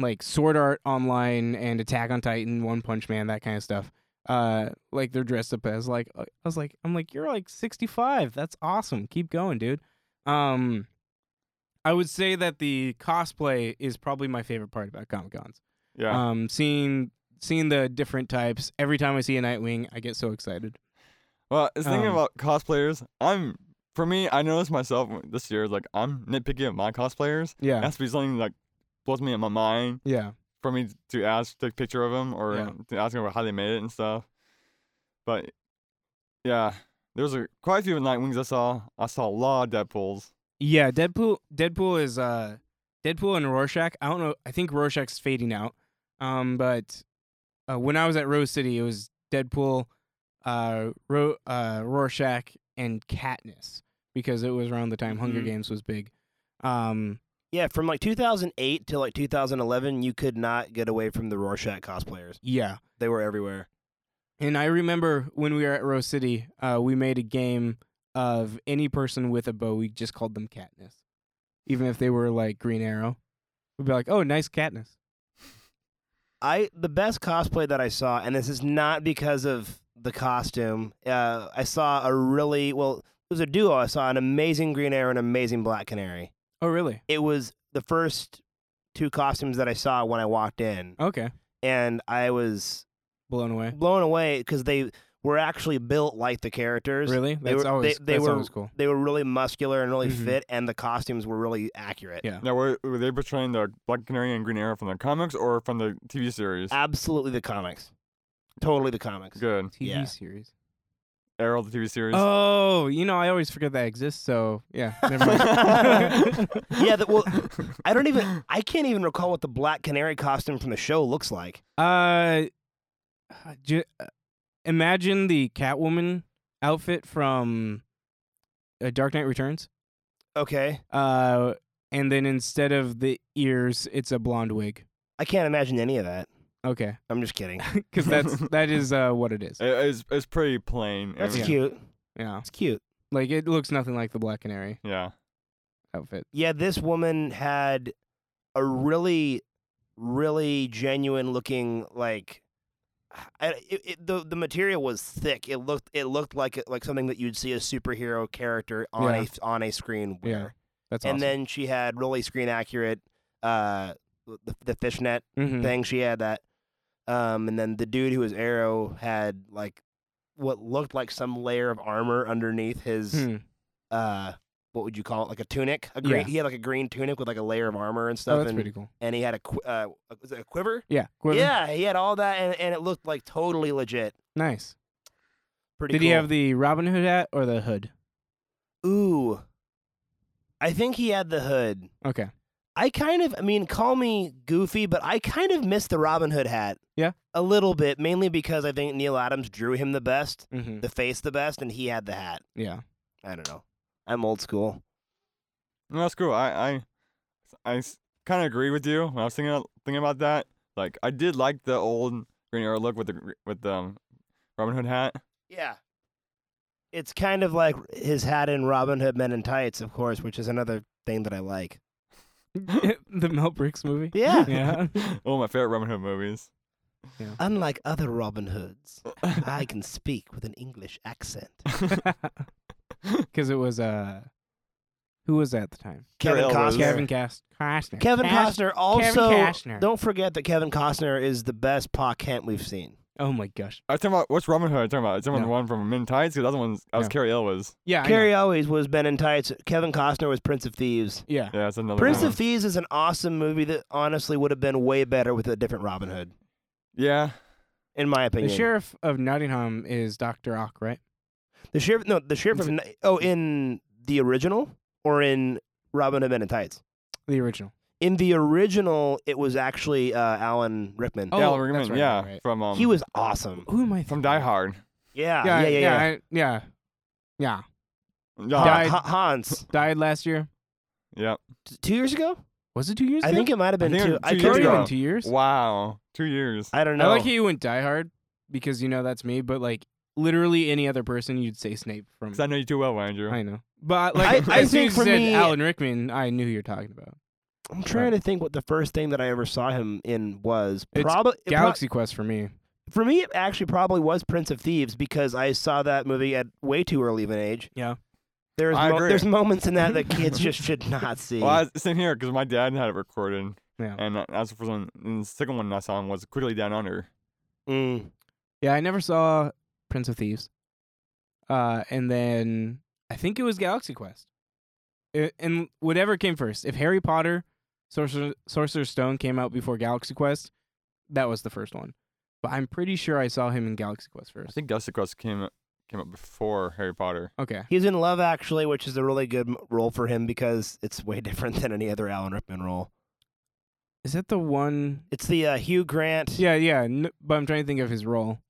Speaker 1: like Sword Art Online and Attack on Titan, One Punch Man, that kind of stuff uh like they're dressed up as like uh, I was like I'm like you're like 65 that's awesome keep going dude um I would say that the cosplay is probably my favorite part about Comic Cons
Speaker 3: Yeah.
Speaker 1: um seeing seeing the different types every time I see a Nightwing I get so excited
Speaker 3: well, it's thinking
Speaker 1: um,
Speaker 3: about cosplayers. I'm for me, I noticed myself this year like I'm nitpicky of my cosplayers. It
Speaker 1: yeah
Speaker 3: has to be something like blows me in my mind
Speaker 1: yeah
Speaker 3: for me to ask take a picture of them or
Speaker 1: Yeah.
Speaker 3: to ask them how they made it and stuff. But yeah, there's a quite a few Nightwings I saw. I saw a lot of Deadpool's.
Speaker 1: yeah Deadpool Deadpool is uh Deadpool and Rorschach I don't know I think Rorschach's fading out um but uh, when I was at Rose City it was Deadpool uh, Ro- uh, Rorschach and Katniss because it was around the time Hunger
Speaker 3: Mhm.
Speaker 1: Games was big. Um,
Speaker 2: Yeah, from like 2008 to like 2011, you could not get away from the Rorschach cosplayers.
Speaker 1: yeah,
Speaker 2: They were everywhere.
Speaker 1: and I remember when we were at Rose City, uh, we made a game of any person with a bow. We just called them Katniss, even if they were like Green Arrow. We'd be like, "Oh, nice Katniss."
Speaker 2: I the best cosplay that I saw, and this is not because of the costume. Uh, I saw a really well. It was a duo. I saw an amazing Green Arrow and an amazing Black Canary.
Speaker 1: Oh, really?
Speaker 2: It was the first two costumes that I saw when I walked in,
Speaker 1: Okay,
Speaker 2: and I was
Speaker 1: blown away.
Speaker 2: blown away because they were actually built like the characters.
Speaker 1: Really?
Speaker 2: They
Speaker 1: That's
Speaker 2: were-
Speaker 1: always
Speaker 2: they- they
Speaker 1: that's
Speaker 2: were-
Speaker 1: always cool.
Speaker 2: They were really muscular and really
Speaker 1: Mhm.
Speaker 2: fit, and the costumes were really accurate.
Speaker 1: Yeah.
Speaker 3: Now, were, were they portraying the Black Canary and Green Arrow from the comics or from the TV series?
Speaker 2: Absolutely the comics. Totally the comics.
Speaker 3: Good.
Speaker 1: TV
Speaker 2: Yeah.
Speaker 1: series.
Speaker 3: Arrow, the TV series.
Speaker 1: Oh, you know, I always forget that exists. So yeah, never mind.
Speaker 2: Yeah, that- well, I don't even I can't even recall what the black canary costume from the show looks like.
Speaker 1: Uh, ju- uh, imagine the Catwoman outfit from uh, Dark Knight Returns.
Speaker 2: Okay.
Speaker 1: Uh, and then instead of the ears, it's a blonde wig.
Speaker 2: I can't imagine any of that.
Speaker 1: Okay,
Speaker 2: I'm just kidding.
Speaker 1: because that's that is uh what it is.
Speaker 3: It- it's, it's pretty plain.
Speaker 2: That's
Speaker 3: and-
Speaker 2: cute.
Speaker 1: Yeah,
Speaker 2: It's cute.
Speaker 1: like it looks nothing like the Black Canary
Speaker 3: Yeah.
Speaker 1: outfit.
Speaker 2: Yeah, this woman had a really really genuine looking like I, it, it, the the material was thick. It looked it looked like like something that you'd see a superhero character on
Speaker 1: Yeah.
Speaker 2: a on a screen
Speaker 1: Yeah.
Speaker 2: wear.
Speaker 1: That's
Speaker 2: and
Speaker 1: awesome.
Speaker 2: then she had really screen accurate uh the, the fishnet
Speaker 1: Mhm.
Speaker 2: thing she had that um and then the dude who was arrow had like what looked like some layer of armor underneath his
Speaker 1: Hmm.
Speaker 2: uh what would you call it like a tunic a
Speaker 1: Yeah.
Speaker 2: green he had like a green tunic with like a layer of armor and stuff
Speaker 1: Oh, that's
Speaker 2: and,
Speaker 1: pretty cool.
Speaker 2: and he had a qu- uh was it a quiver
Speaker 1: Yeah, Quiver?
Speaker 2: yeah he had all that and, and it looked like totally legit
Speaker 1: nice.
Speaker 2: pretty
Speaker 1: Did
Speaker 2: cool.
Speaker 1: he have the Robin Hood hat or the hood?
Speaker 2: ooh i think he had the hood
Speaker 1: Okay,
Speaker 2: I kind of, I mean, call me goofy, but I kind of miss the Robin Hood hat.
Speaker 1: Yeah.
Speaker 2: A little bit, mainly because I think Neil Adams drew him the best,
Speaker 1: hmm
Speaker 2: the face the best, and he had the hat.
Speaker 1: yeah,
Speaker 2: I don't know. I'm old school.
Speaker 3: No, that's cool. I, I, kind of agree with you. When I was thinking, thinking about that, like, I did like the old Green Arrow look with the, gr- with the um, Robin Hood hat.
Speaker 2: Yeah. It's kind of like his hat in Robin Hood Men in Tights, of course, which is another thing that I like.
Speaker 1: the Mel Brooks movie.
Speaker 2: Yeah.
Speaker 1: yeah.
Speaker 3: One of my favorite Robin Hood movies.
Speaker 2: Unlike other Robin Hoods, I can speak with an English accent.
Speaker 1: Because it was uh, who was that at the time?
Speaker 2: Kevin
Speaker 3: Elwes.
Speaker 2: Costner.
Speaker 3: Sure.
Speaker 1: Kevin Cast Costner.
Speaker 2: Kevin
Speaker 1: Cast-
Speaker 2: Costner also.
Speaker 1: Kevin Costner.
Speaker 2: Don't forget that Kevin Costner is the best Pa Kent we've seen.
Speaker 1: Oh my gosh.
Speaker 3: I was talking about what's Robin Hood? I was talking about. I was talking
Speaker 1: No.
Speaker 3: about the one from Men in Tights because the other one I was
Speaker 1: No.
Speaker 3: Carrie Elwes.
Speaker 1: Yeah. I know.
Speaker 2: Carrie always was Ben in Tights. Kevin Costner was Prince of Thieves.
Speaker 1: Yeah.
Speaker 3: Oh, Yeah, that's another
Speaker 2: Prince
Speaker 3: one.
Speaker 2: of Thieves is an awesome movie that honestly would have been way better with a different Robin Hood,
Speaker 3: Yeah,
Speaker 2: in my
Speaker 1: The
Speaker 2: opinion.
Speaker 1: sheriff of Nottingham is Doctor Ock, right?
Speaker 2: The sheriff. No, the sheriff of. Ni- Oh, in the original or in Robin Hood Men in Tights.
Speaker 1: The original.
Speaker 2: In the original, it was actually uh, Alan Rickman.
Speaker 1: Oh,
Speaker 3: yeah, Alan Rickman,
Speaker 1: that's right,
Speaker 3: yeah,
Speaker 1: right.
Speaker 3: from um,
Speaker 2: he was awesome.
Speaker 1: Who am I?
Speaker 3: from
Speaker 1: thinking
Speaker 3: Die
Speaker 1: of?
Speaker 3: Hard.
Speaker 2: Yeah,
Speaker 1: Yeah.
Speaker 2: yeah, yeah, yeah.
Speaker 1: Yeah. Yeah. yeah.
Speaker 3: Yeah,
Speaker 2: Han-
Speaker 1: Died-
Speaker 2: Han- Hans,
Speaker 1: Died last year.
Speaker 3: yeah.
Speaker 2: t- two years ago?
Speaker 1: Was it two years?
Speaker 2: I
Speaker 1: ago?
Speaker 2: think it might have
Speaker 3: I
Speaker 2: been
Speaker 3: think it
Speaker 2: two.
Speaker 3: was
Speaker 2: I
Speaker 3: two
Speaker 2: could be
Speaker 3: years
Speaker 1: It's
Speaker 3: ago.
Speaker 1: already
Speaker 2: wrong.
Speaker 1: been two years.
Speaker 3: Wow, two years.
Speaker 2: I don't
Speaker 1: I
Speaker 2: know.
Speaker 1: like how you went Die Hard because you know that's me, but like literally any other person, you'd say Snape from.
Speaker 3: Because I know you too well, Andrew.
Speaker 1: I know, but like
Speaker 2: I
Speaker 1: as soon
Speaker 2: think
Speaker 1: as
Speaker 2: for
Speaker 1: you said
Speaker 2: me-
Speaker 1: Alan Rickman, I knew who you're talking about.
Speaker 2: I'm trying to think what the first thing that I ever saw him in was.
Speaker 1: It's
Speaker 2: Probably
Speaker 1: Galaxy Quest for me.
Speaker 2: for me, it actually probably was Prince of Thieves because I saw that movie at way too early of an age.
Speaker 1: Yeah.
Speaker 2: There's
Speaker 3: I
Speaker 2: mo-
Speaker 3: agree.
Speaker 2: there's moments in that that kids just should not see.
Speaker 3: Well, I, same here because my dad had it recorded,
Speaker 1: Yeah.
Speaker 3: and that- that's the first one. And the second one I saw him was Quickly Down Under.
Speaker 2: Mm.
Speaker 1: Yeah, I never saw Prince of Thieves. Uh, and then I think it was Galaxy Quest. I- and whatever came first, if Harry Potter, Sorcerer, Sorcerer's Stone came out before Galaxy Quest, that was the first one. But I'm pretty sure I saw him in Galaxy Quest first.
Speaker 3: I think Dusty Quest came came up before Harry Potter.
Speaker 1: Okay.
Speaker 2: He's in Love Actually, which is a really good m- role for him because it's way different than any other Alan Rickman role.
Speaker 1: Is that the one?
Speaker 2: It's the uh, Hugh Grant.
Speaker 1: Yeah, yeah. n- but I'm trying to think of his role.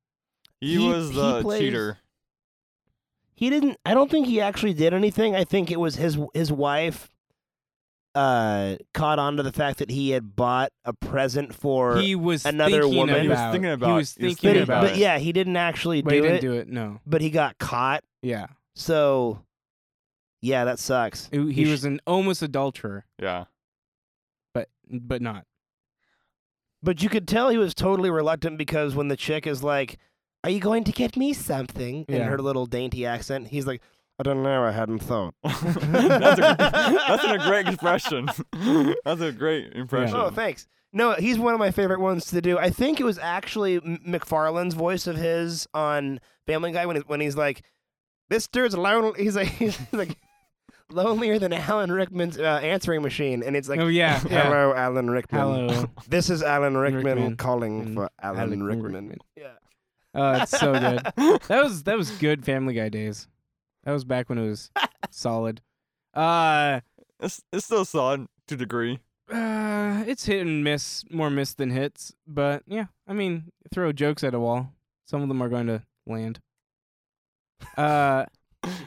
Speaker 3: He,
Speaker 2: He-
Speaker 3: was
Speaker 2: he
Speaker 3: the
Speaker 2: plays-
Speaker 3: cheater.
Speaker 2: He didn't. I don't think he actually did anything. I think it was his his wife uh, caught on to the fact that he had bought a present for.
Speaker 1: he was
Speaker 2: another
Speaker 1: thinking About,
Speaker 2: woman. He was
Speaker 3: thinking
Speaker 1: He
Speaker 3: about-
Speaker 1: was
Speaker 3: he was
Speaker 1: thinking
Speaker 2: but, he-
Speaker 3: thinking
Speaker 1: about
Speaker 2: but
Speaker 1: it.
Speaker 2: yeah, he didn't actually
Speaker 1: but
Speaker 2: do
Speaker 1: he didn't
Speaker 2: it.
Speaker 1: do it. No.
Speaker 2: But he got caught.
Speaker 1: Yeah.
Speaker 2: So, yeah, that sucks.
Speaker 1: He, he
Speaker 2: You sh-
Speaker 1: was an almost adulterer,
Speaker 3: Yeah.
Speaker 1: but but not.
Speaker 2: But you could tell he was totally reluctant because when the chick is like, "Are you going to get me something?" in
Speaker 1: Yeah.
Speaker 2: her little dainty accent, he's like, "I don't know. I hadn't thought."
Speaker 3: that's, a, that's a great expression. that's a great impression.
Speaker 2: Oh, thanks. No, he's one of my favorite ones to do. I think it was actually M- McFarlane's voice of his on Family Guy when he, when he's like, "This dude's lonely." He's like, he's like lonelier than Alan Rickman's uh, answering machine, and it's like,
Speaker 1: oh yeah. yeah.
Speaker 2: "Hello, Alan Rickman.
Speaker 1: Hello.
Speaker 2: This is Alan Rickman,
Speaker 1: Rickman.
Speaker 2: calling for Alan,
Speaker 1: Alan
Speaker 2: Rickman."
Speaker 1: Rickman.
Speaker 2: Yeah.
Speaker 1: Oh, it's so good. That was that was good Family Guy days. That was back when it was solid. Uh,
Speaker 3: It's, it's still solid to a degree.
Speaker 1: uh, it's hit and miss, more miss than hits. But yeah, I mean, throw jokes at a wall. Some of them are going to land. Uh,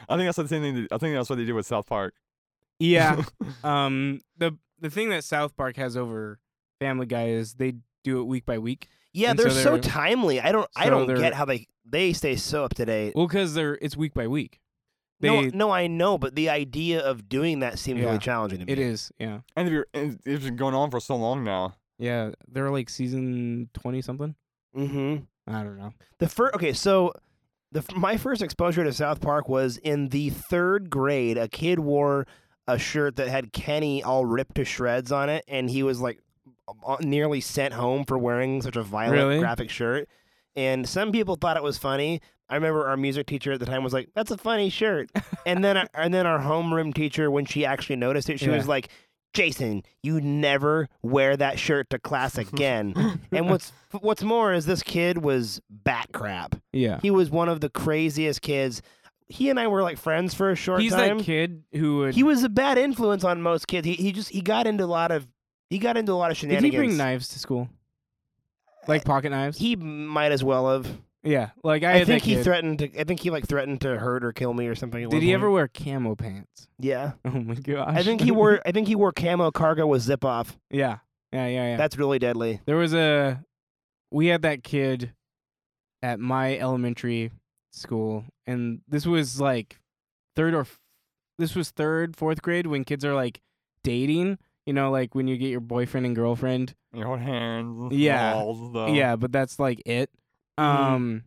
Speaker 3: I think that's the same thing. That, I think that's what they did with South Park.
Speaker 1: yeah. Um, the the thing that South Park has over Family Guy is they do it week by week.
Speaker 2: Yeah,
Speaker 1: And so
Speaker 2: they're so,
Speaker 1: they're-
Speaker 2: timely. I don't I
Speaker 1: so
Speaker 2: don't
Speaker 1: they're-
Speaker 2: get how they they stay so up to date.
Speaker 1: Well, because they're it's week by week. They
Speaker 2: no, no, I know, but the idea of doing that seems
Speaker 1: Yeah.
Speaker 2: really challenging to me.
Speaker 1: it is yeah
Speaker 3: and if you're, and it's been going on for so long now.
Speaker 1: yeah they're like season twenty something.
Speaker 2: Mm-hmm.
Speaker 1: I don't know.
Speaker 2: The first okay, so the f- my first exposure to South Park was in the third grade. A kid wore a shirt that had Kenny all ripped to shreds on it, and he was like a- a- nearly sent home for wearing such a violent
Speaker 1: Really?
Speaker 2: graphic shirt. And some people thought it was funny. I remember our music teacher at the time was like, "That's a funny shirt," and then our- and then our homeroom teacher, when she actually noticed it, she
Speaker 1: Yeah.
Speaker 2: was like. Jason, you never wear that shirt to class again. and what's what's more is this kid was bat crap.
Speaker 1: Yeah.
Speaker 2: He was one of the craziest kids. He and I were like friends for a short
Speaker 1: He's
Speaker 2: time.
Speaker 1: that kid who would
Speaker 2: He was a bad influence on most kids. He he just he got into a lot of he got into a lot of
Speaker 1: Did
Speaker 2: shenanigans.
Speaker 1: he bring knives to school? Like pocket knives?
Speaker 2: He might as well have.
Speaker 1: yeah. Like I,
Speaker 2: I,
Speaker 1: had
Speaker 2: think
Speaker 1: that
Speaker 2: he
Speaker 1: kid.
Speaker 2: threatened to. I think he like threatened to hurt or kill me or something. at
Speaker 1: Did
Speaker 2: one
Speaker 1: he
Speaker 2: point.
Speaker 1: ever wear camo pants?
Speaker 2: Yeah.
Speaker 1: Oh my gosh.
Speaker 2: I think he wore. I think he wore camo cargo with zip off.
Speaker 1: yeah. Yeah, yeah, yeah.
Speaker 2: That's really deadly.
Speaker 1: there was a we had that kid at my elementary school and this was like third or f- this was third, fourth grade when kids are like dating, you know, like when you get your boyfriend and girlfriend
Speaker 3: You hold hands.
Speaker 1: Yeah.
Speaker 3: Walls,
Speaker 2: Oh.
Speaker 3: the,
Speaker 1: Yeah, but that's like it.
Speaker 2: Mm-hmm.
Speaker 1: Um,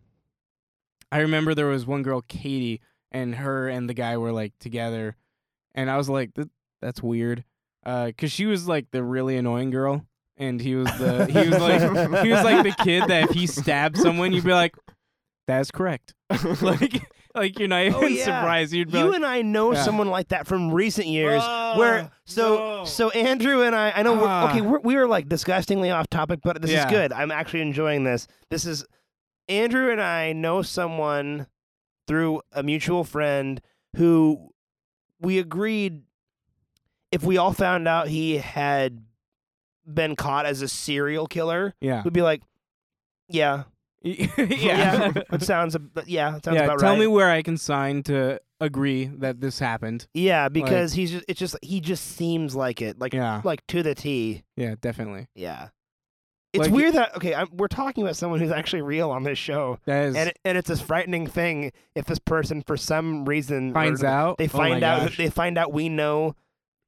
Speaker 1: I remember there was one girl, Katie, and her and the guy were like together, Uh, and I was like, "Th- "That's weird," because she was like the really annoying girl, and he was the he was like he was like the kid that if he stabbed someone, you'd be like, "That's correct." like like you're not even
Speaker 2: Oh, yeah.
Speaker 1: surprised. You'd be
Speaker 2: You
Speaker 1: like,
Speaker 2: and I know
Speaker 1: Yeah.
Speaker 2: someone like that from recent years.
Speaker 1: Oh,
Speaker 2: where so
Speaker 1: no.
Speaker 2: so Andrew and I I know
Speaker 1: Ah.
Speaker 2: we're, okay we're, we are like disgustingly off topic, but this
Speaker 1: Yeah.
Speaker 2: is good. I'm actually enjoying this. This is Andrew and I know someone through a mutual friend who we agreed if we all found out he had been caught as a serial killer,
Speaker 1: yeah,
Speaker 2: we'd be like, yeah,
Speaker 1: yeah,
Speaker 2: yeah, that sounds ab- yeah, that sounds
Speaker 1: yeah.
Speaker 2: about
Speaker 1: Tell
Speaker 2: right.
Speaker 1: me where I can sign to agree that this happened.
Speaker 2: yeah, because he's just, it's just he just seems like it, like
Speaker 1: Yeah,
Speaker 2: like to the T.
Speaker 1: yeah, definitely.
Speaker 2: Yeah. It's
Speaker 1: Like-
Speaker 2: weird that okay, I'm, we're talking about someone who's actually real on this show,
Speaker 1: That is
Speaker 2: and it, and it's this frightening thing if this person for some reason or
Speaker 1: finds out.
Speaker 2: they
Speaker 1: oh my
Speaker 2: find out
Speaker 1: gosh,
Speaker 2: they find out we know,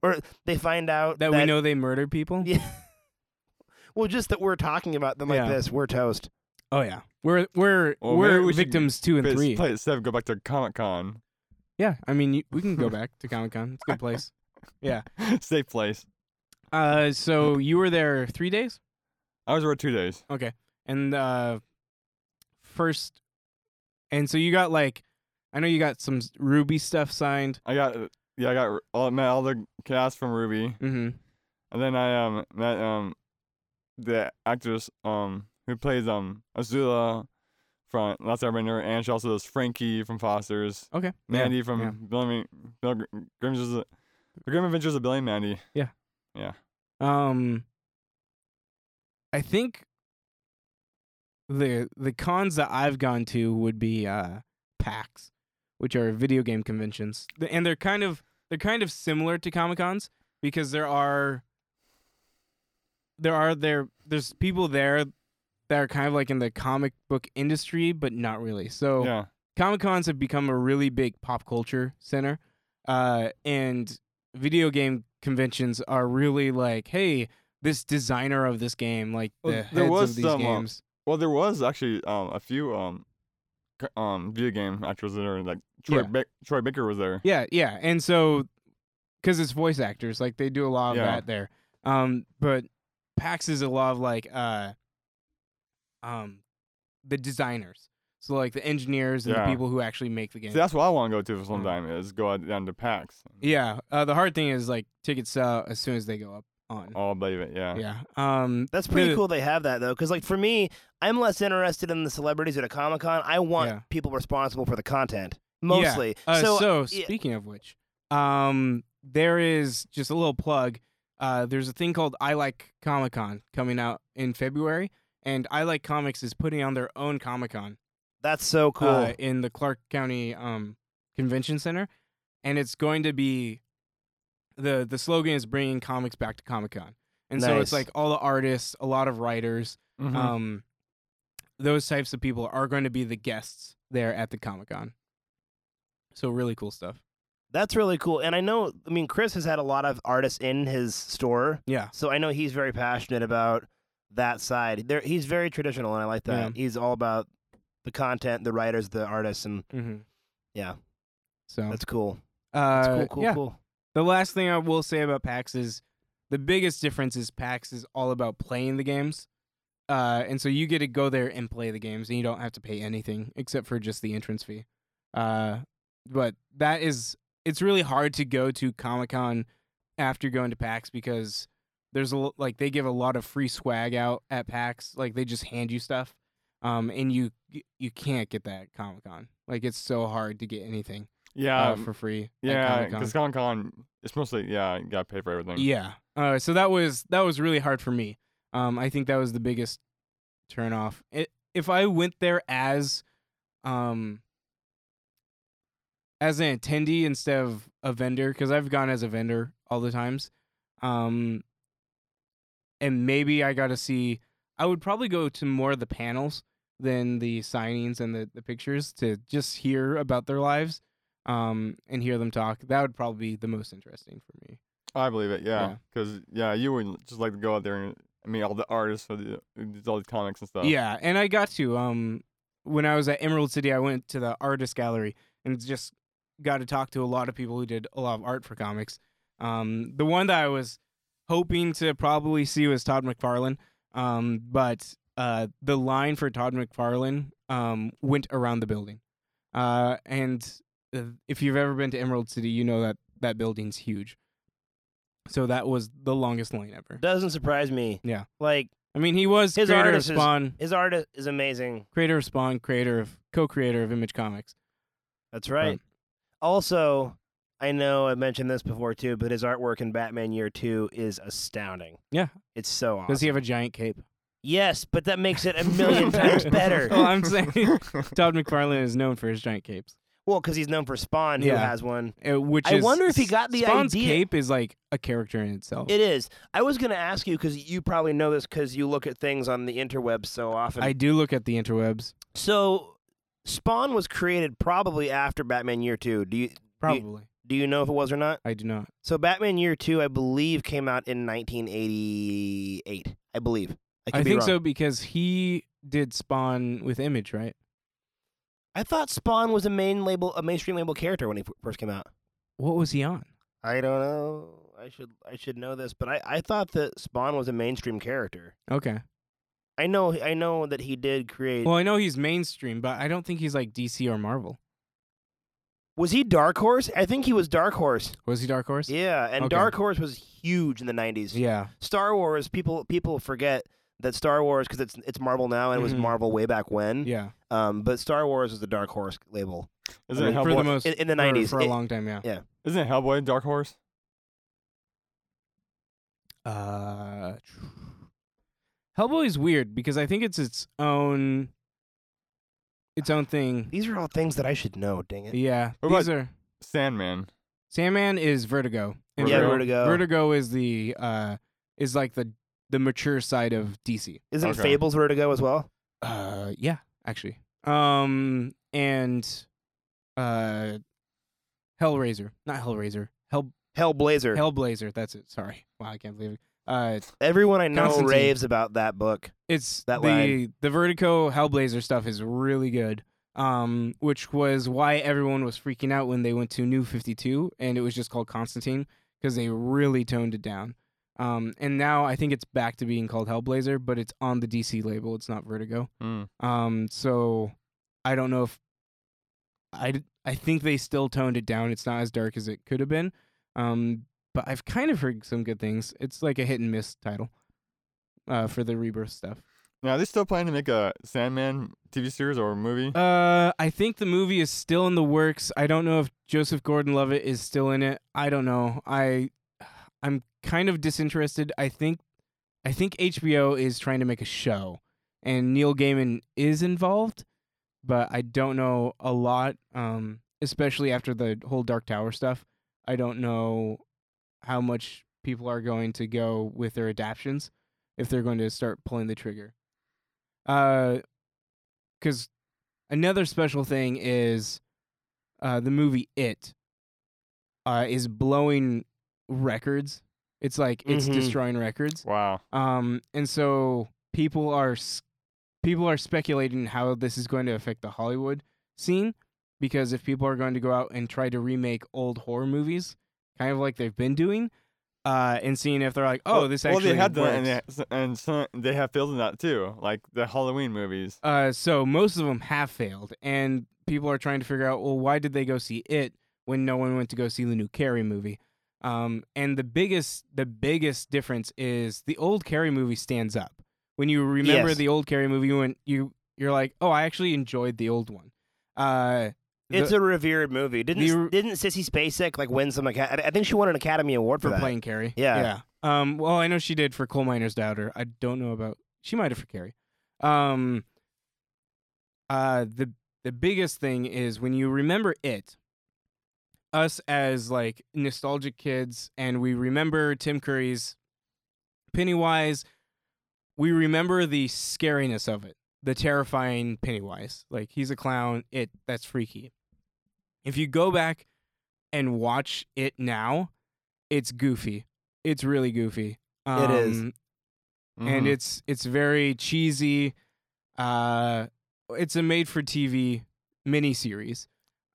Speaker 2: or they find out
Speaker 1: that, we know they murder people.
Speaker 2: Yeah. Well, just that we're talking about them like
Speaker 1: Yeah.
Speaker 2: this, we're toast.
Speaker 1: Oh yeah, we're we're
Speaker 3: Well, maybe
Speaker 1: we're
Speaker 3: we should
Speaker 1: victims two and
Speaker 3: But
Speaker 1: three.
Speaker 3: Play it safe. Go back to Comic Con.
Speaker 1: Yeah, I mean you, we can go back to Comic Con. It's a good place.
Speaker 3: safe place.
Speaker 1: Uh, so you were there three days,
Speaker 3: I was there two days.
Speaker 1: okay, and uh, first, and so you got like, I know you got some s- Ruby stuff signed.
Speaker 3: I got uh, yeah, I got r- all met all the cast from Ruby,
Speaker 1: Mm-hmm.
Speaker 3: and then I um met um the actress um who plays um Azula from Last Airbender, and she also does Frankie from Foster's,
Speaker 1: Okay.
Speaker 3: Mandy from
Speaker 1: yeah.
Speaker 3: Billy, Bill Gr- Grimm's the Grim Adventures of Billy and Mandy.
Speaker 1: Yeah. Um, I think the the cons that I've gone to would be uh PAX, which are video game conventions, Th- and they're kind of they're kind of similar to Comic Cons because there are there are there there's people there that are kind of like in the comic book industry, but not really. So
Speaker 3: Yeah,
Speaker 1: Comic Cons have become a really big pop culture center, uh, and video game conventions are really like, hey, this designer of this game, like
Speaker 3: Well,
Speaker 1: the
Speaker 3: Oh, there
Speaker 1: heads
Speaker 3: was
Speaker 1: of these
Speaker 3: some, uh,
Speaker 1: games.
Speaker 3: well there was actually um a few um c- um video game actors there, like Troy
Speaker 1: Yeah.
Speaker 3: Ba- Troy Baker was there.
Speaker 1: Yeah, yeah, and so because it's voice actors, like they do a lot of
Speaker 3: Yeah.
Speaker 1: that there. Um, but PAX is a lot of like, uh, um, the designers. So like the engineers and
Speaker 3: Yeah.
Speaker 1: the people who actually make the game.
Speaker 3: See, that's what I want to go
Speaker 1: Mm.
Speaker 3: to for some time is go out down to PAX.
Speaker 1: yeah. Uh, the hard thing is like tickets sell as soon as they go up on.
Speaker 3: I'll believe it. Yeah.
Speaker 1: Yeah. Um,
Speaker 2: That's pretty
Speaker 1: the-
Speaker 2: cool they have that though, because like for me, I'm less interested in the celebrities at a comic con. I want
Speaker 1: Yeah.
Speaker 2: people responsible for the content
Speaker 1: Yeah.
Speaker 2: mostly.
Speaker 1: Uh, so,
Speaker 2: so yeah.
Speaker 1: speaking of which, um, there is just a little plug. Uh, there's a thing called I Like Comic Con coming out in February, and I Like Comics is putting on their own Comic Con
Speaker 2: that's so cool.
Speaker 1: uh, in the Clark County um, Convention Center, and it's going to be the the slogan is bringing comics back to Comic Con, and so it's
Speaker 2: Nice.
Speaker 1: like all the artists, a lot of writers,
Speaker 3: Mhm.
Speaker 2: Mm-hmm.
Speaker 1: um, those types of people are going to be the guests there at the Comic Con. So really cool stuff.
Speaker 2: That's really cool. And I know, I mean, Chris has had a lot of artists in his store,
Speaker 1: Yeah.
Speaker 2: so I know he's very passionate about that side. There, he's very traditional, and I like that. He's all about the content, the writers, the artists, and
Speaker 1: Mm-hmm.
Speaker 2: Yeah.
Speaker 1: So
Speaker 2: that's cool.
Speaker 1: uh,
Speaker 2: That's cool, cool,
Speaker 1: yeah.
Speaker 2: cool.
Speaker 1: The last thing I will say about PAX is the biggest difference is PAX is all about playing the games. Uh, and so you get to go there and play the games, and you don't have to pay anything except for just the entrance fee. Uh, but that is, it's really hard to go to Comic Con after going to PAX because there's a l- like they give a lot of free swag out at PAX. Like they just hand you stuff, um, and you you can't get that at Comic Con. Like it's so hard to get anything
Speaker 3: Yeah.
Speaker 1: uh, for free. at
Speaker 3: Um, yeah.
Speaker 1: Comic-Con.
Speaker 3: Because Comic Con, it's mostly yeah, you gotta pay for everything.
Speaker 1: Yeah. Uh, so that was that was really hard for me. Um, I think that was the biggest turnoff. It, if I went there as, um, as an attendee instead of a vendor, because I've gone as a vendor all the times, um, and maybe I got to see. I would probably go to more of the panels than the signings and the, the pictures to just hear about their lives um, and hear them talk. That would probably be the most interesting for me.
Speaker 3: I believe it. Yeah.
Speaker 1: Yeah.
Speaker 3: Because yeah. you would just like to go out there and I mean all the artists for the all these comics and stuff.
Speaker 1: Yeah, and I got to um when I was at Emerald City, I went to the artist gallery and just got to talk to a lot of people who did a lot of art for comics. Um, the one that I was hoping to probably see was Todd McFarlane. Um, but uh, the line for Todd McFarlane um, went around the building. Uh, and uh, if you've ever been to Emerald City, you know that that building's huge. So that was the longest line ever.
Speaker 2: Doesn't surprise me.
Speaker 1: Yeah.
Speaker 2: Like
Speaker 1: I mean, he was
Speaker 2: His
Speaker 1: creator of
Speaker 2: artist is-
Speaker 1: Spawn,
Speaker 2: his art is- is amazing.
Speaker 1: creator of Spawn, creator of co-creator of Image Comics. Um,
Speaker 2: That's right. Also, I know I mentioned this before too, but his artwork in Batman Year Two is astounding.
Speaker 1: Yeah.
Speaker 2: It's so awesome.
Speaker 1: Does he have a giant cape?
Speaker 2: yes, but that makes it a million times better.
Speaker 1: Well, I'm saying Todd McFarlane is known for his giant capes,
Speaker 2: Well, because he's known for Spawn, who
Speaker 1: Yeah.
Speaker 2: has one.
Speaker 1: uh, which
Speaker 2: I
Speaker 1: is-
Speaker 2: wonder if he got the
Speaker 1: Spawn's
Speaker 2: idea-
Speaker 1: cape is like a character in itself.
Speaker 2: It is. I was going to ask you because you probably know this because you look at things on the interwebs so often.
Speaker 1: I do look at the interwebs,
Speaker 2: so, Spawn was created probably after Batman Year Two. Do you
Speaker 1: probably.
Speaker 2: do you know if it was or not?
Speaker 1: I do not.
Speaker 2: So, Batman Year Two, I believe, came out in 1988. I believe. I, could
Speaker 1: I
Speaker 2: be
Speaker 1: think
Speaker 2: wrong.
Speaker 1: so because he did Spawn with Image, right?
Speaker 2: I thought Spawn was a main label, a mainstream label character when he f- first came out.
Speaker 1: What was he on?
Speaker 2: I don't know. I should I should know this, but I, I thought that Spawn was a mainstream character.
Speaker 1: Okay.
Speaker 2: I know I know that he did create.
Speaker 1: Well, I know he's mainstream, but I don't think he's like DC or Marvel.
Speaker 2: was he Dark Horse? I think he was Dark Horse.
Speaker 1: Was he Dark Horse?
Speaker 2: Yeah, and
Speaker 1: Okay.
Speaker 2: Dark Horse was huge in the '90s.
Speaker 1: Yeah.
Speaker 2: Star Wars people people forget that Star Wars because it's it's Marvel now and it was
Speaker 1: Mhm.
Speaker 2: Marvel way back when.
Speaker 1: Yeah.
Speaker 2: Um, but Star Wars was the Dark Horse label
Speaker 3: Isn't
Speaker 2: I
Speaker 3: it
Speaker 2: mean,
Speaker 1: For the
Speaker 3: Hellboy?
Speaker 1: most
Speaker 2: in, in the
Speaker 1: for-
Speaker 2: '90s.
Speaker 1: for,
Speaker 2: It-
Speaker 1: a long time. Yeah.
Speaker 3: isn't it Hellboy Dark Horse?
Speaker 1: Uh, Hellboy is weird because I think it's its own, its own thing.
Speaker 2: these are all things that I should know. Dang it.
Speaker 1: Yeah.
Speaker 3: What
Speaker 1: These are
Speaker 3: Sandman.
Speaker 1: Sandman is Vertigo. and
Speaker 2: Yeah, Vertigo.
Speaker 3: Vertigo.
Speaker 1: Vertigo is the uh is like the the mature side of DC.
Speaker 2: Isn't
Speaker 3: Okay.
Speaker 2: Fables Vertigo as well?
Speaker 1: Uh, yeah, actually. Um, and uh, Hellraiser, not Hellraiser, Hell
Speaker 2: Hellblazer.
Speaker 1: Hellblazer. That's it. Sorry. Wow, I can't believe it. Uh,
Speaker 2: Everyone I know
Speaker 1: Constantine.
Speaker 2: raves about that book.
Speaker 1: it's
Speaker 2: That
Speaker 1: the
Speaker 2: line.
Speaker 1: the Vertigo Hellblazer stuff is really good. Um, which was why everyone was freaking out when they went to New Fifty Two, and it was just called Constantine because they really toned it down. Um, and now I think it's back to being called Hellblazer, but it's on the DC label. It's not Vertigo.
Speaker 3: Mm.
Speaker 1: Um, so I don't know if I d- I think they still toned it down. It's not as dark as it could have been. Um, but I've kind of heard some good things. It's like a hit and miss title. Uh, for the rebirth stuff.
Speaker 3: Now, are they still planning to make a Sandman TV series or movie?
Speaker 1: Uh, I think the movie is still in the works. I don't know if Joseph Gordon-Levitt is still in it. I don't know. I I'm kind of disinterested. I think I think HBO is trying to make a show, and Neil Gaiman is involved, but I don't know a lot. Um, especially after the whole Dark Tower stuff, I don't know how much people are going to go with their adaptions if they're going to start pulling the trigger. Uh, because another special thing is uh, the movie It uh, is blowing records. It's like it's
Speaker 3: Mm-hmm.
Speaker 2: Mhm.
Speaker 1: destroying records.
Speaker 3: wow.
Speaker 1: Um, and so people are s- people are speculating how this is going to affect the Hollywood scene because if people are going to go out and try to remake old horror movies, kind of like they've been doing, uh, and seeing if they're like, oh,
Speaker 3: Well-
Speaker 1: this
Speaker 3: well,
Speaker 1: actually
Speaker 3: they had that, and,
Speaker 1: works.
Speaker 3: they, and some, they have failed in that too, like the Halloween movies.
Speaker 1: Uh, so most of them have failed, and people are trying to figure out, well, why did they go see it when no one went to go see the new Carrie movie? Um, and the biggest, the biggest difference is the old Carrie movie stands up. When you remember
Speaker 2: Yes.
Speaker 1: the old Carrie movie, you went, you you're like, oh, I actually enjoyed the old one. Uh, the-
Speaker 2: It's a revered movie. Didn't
Speaker 1: the-
Speaker 2: didn't Sissy Spacek like win some? Aca- I I think she won an Academy Award for,
Speaker 1: for
Speaker 2: that.
Speaker 1: playing Carrie.
Speaker 2: Yeah.
Speaker 1: Yeah. Um, well, I know she did for Coal Miner's Daughter. I don't know about she might have for Carrie. Um, uh, the the biggest thing is when you remember it. Us as like nostalgic kids, and we remember Tim Curry's Pennywise. We remember the scariness of it, the terrifying Pennywise. Like he's a clown. It that's freaky. If you go back and watch it now, it's goofy. It's really goofy. Um,
Speaker 2: It is.
Speaker 1: and
Speaker 3: Mhm.
Speaker 1: it's it's very cheesy. Uh, it's a made-for-TV miniseries,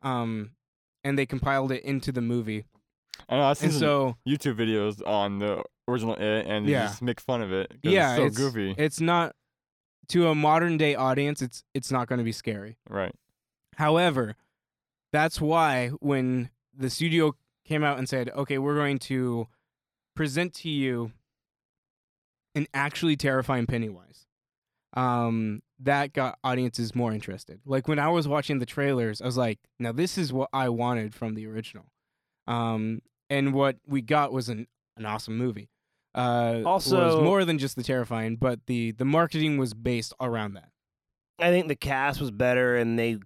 Speaker 1: um, and they compiled it into the movie.
Speaker 2: Hmm.
Speaker 3: I know, I've seen
Speaker 1: And
Speaker 3: some
Speaker 1: so,
Speaker 3: YouTube videos on the original It and they
Speaker 1: Yeah.
Speaker 3: just make fun of it. 'cause
Speaker 1: yeah,
Speaker 3: it's so
Speaker 1: it's,
Speaker 3: goofy.
Speaker 1: it's not to a modern day audience. It's it's not going to be scary.
Speaker 3: right.
Speaker 1: However, that's why when the studio came out and said, "Okay, we're going to present to you an actually terrifying Pennywise," um, that got audiences more interested. Like when I was watching the trailers, I was like, "Now this is what I wanted from the original," um, and what we got was an an awesome movie. Uh, was
Speaker 2: Also-
Speaker 1: more than just the terrifying, but the the marketing was based around that.
Speaker 2: I think the cast was better and they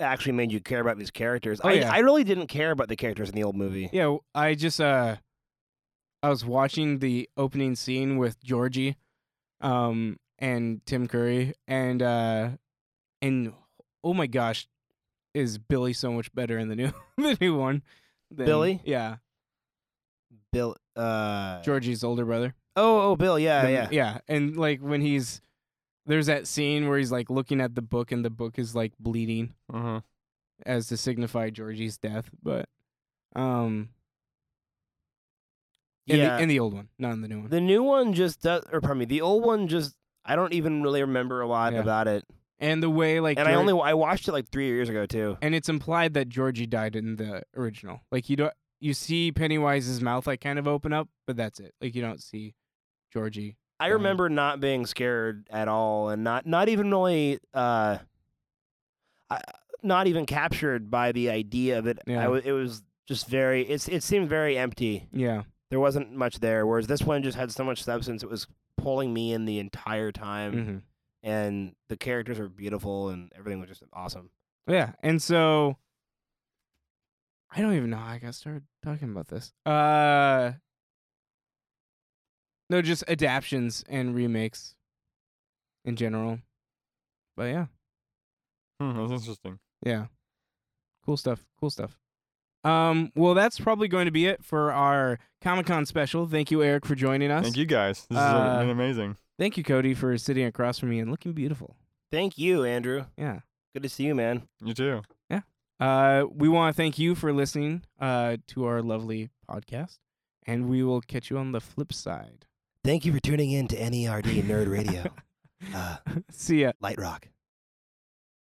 Speaker 2: actually made you care about these characters.
Speaker 1: Oh,
Speaker 2: I,
Speaker 1: yeah.
Speaker 2: I really didn't care about the characters in the old movie.
Speaker 1: Yeah, w- I just uh I was watching the opening scene with Georgie um and Tim Curry and uh and oh my gosh is Billy so much better in the new the new one. than-
Speaker 2: Billy?
Speaker 1: Yeah.
Speaker 2: Bill uh
Speaker 1: Georgie's older brother.
Speaker 2: Oh, oh Bill, yeah,
Speaker 1: The-
Speaker 2: yeah.
Speaker 1: Yeah. And like when he's there's that scene where he's like looking at the book and the book is like bleeding
Speaker 3: Uh-huh.
Speaker 1: as to signify Georgie's death, but um in
Speaker 2: Yeah.
Speaker 1: the in the old one, not in the new one.
Speaker 2: the new one just does or pardon me, the old one just I don't even really remember a lot
Speaker 1: Yeah.
Speaker 2: about it.
Speaker 1: and the way like
Speaker 2: And I
Speaker 1: Geor-
Speaker 2: only I watched it like 3 years ago too.
Speaker 1: and it's implied that Georgie died in the original. Like you don't you see Pennywise's mouth like kind of open up, but that's it. Like you don't see Georgie.
Speaker 2: I
Speaker 1: Right.
Speaker 2: remember not being scared at all, and not not even really, uh, I, not even captured by the idea of it. I
Speaker 1: Yeah.
Speaker 2: w it was just very. It's it seemed very empty.
Speaker 1: Yeah.
Speaker 2: There wasn't much there. Whereas this one just had so much substance. It was pulling me in the entire time,
Speaker 1: hmm
Speaker 2: and the characters were beautiful, and everything was just awesome.
Speaker 1: Yeah. And so I don't even know how I got started talking about this. Uh no, just adaptions and remakes in general. But yeah.
Speaker 3: Hmm, that's interesting.
Speaker 1: Yeah. Cool stuff. Cool stuff. Um, well, that's probably going to be it for our Comic Con special. Thank you, Eric, for joining us.
Speaker 3: Thank you guys. This
Speaker 1: Uh,
Speaker 3: has been amazing.
Speaker 1: Thank you, Cody, for sitting across from me and looking beautiful.
Speaker 2: Thank you, Andrew.
Speaker 1: Yeah.
Speaker 2: Good to see you, man.
Speaker 3: You too.
Speaker 1: Uh, we want to thank you for listening uh, to our lovely podcast, and we will catch you on the flip side.
Speaker 2: E Thank you for tuning in to NERD Nerd Radio, uh,
Speaker 1: See ya.
Speaker 2: Light Rock.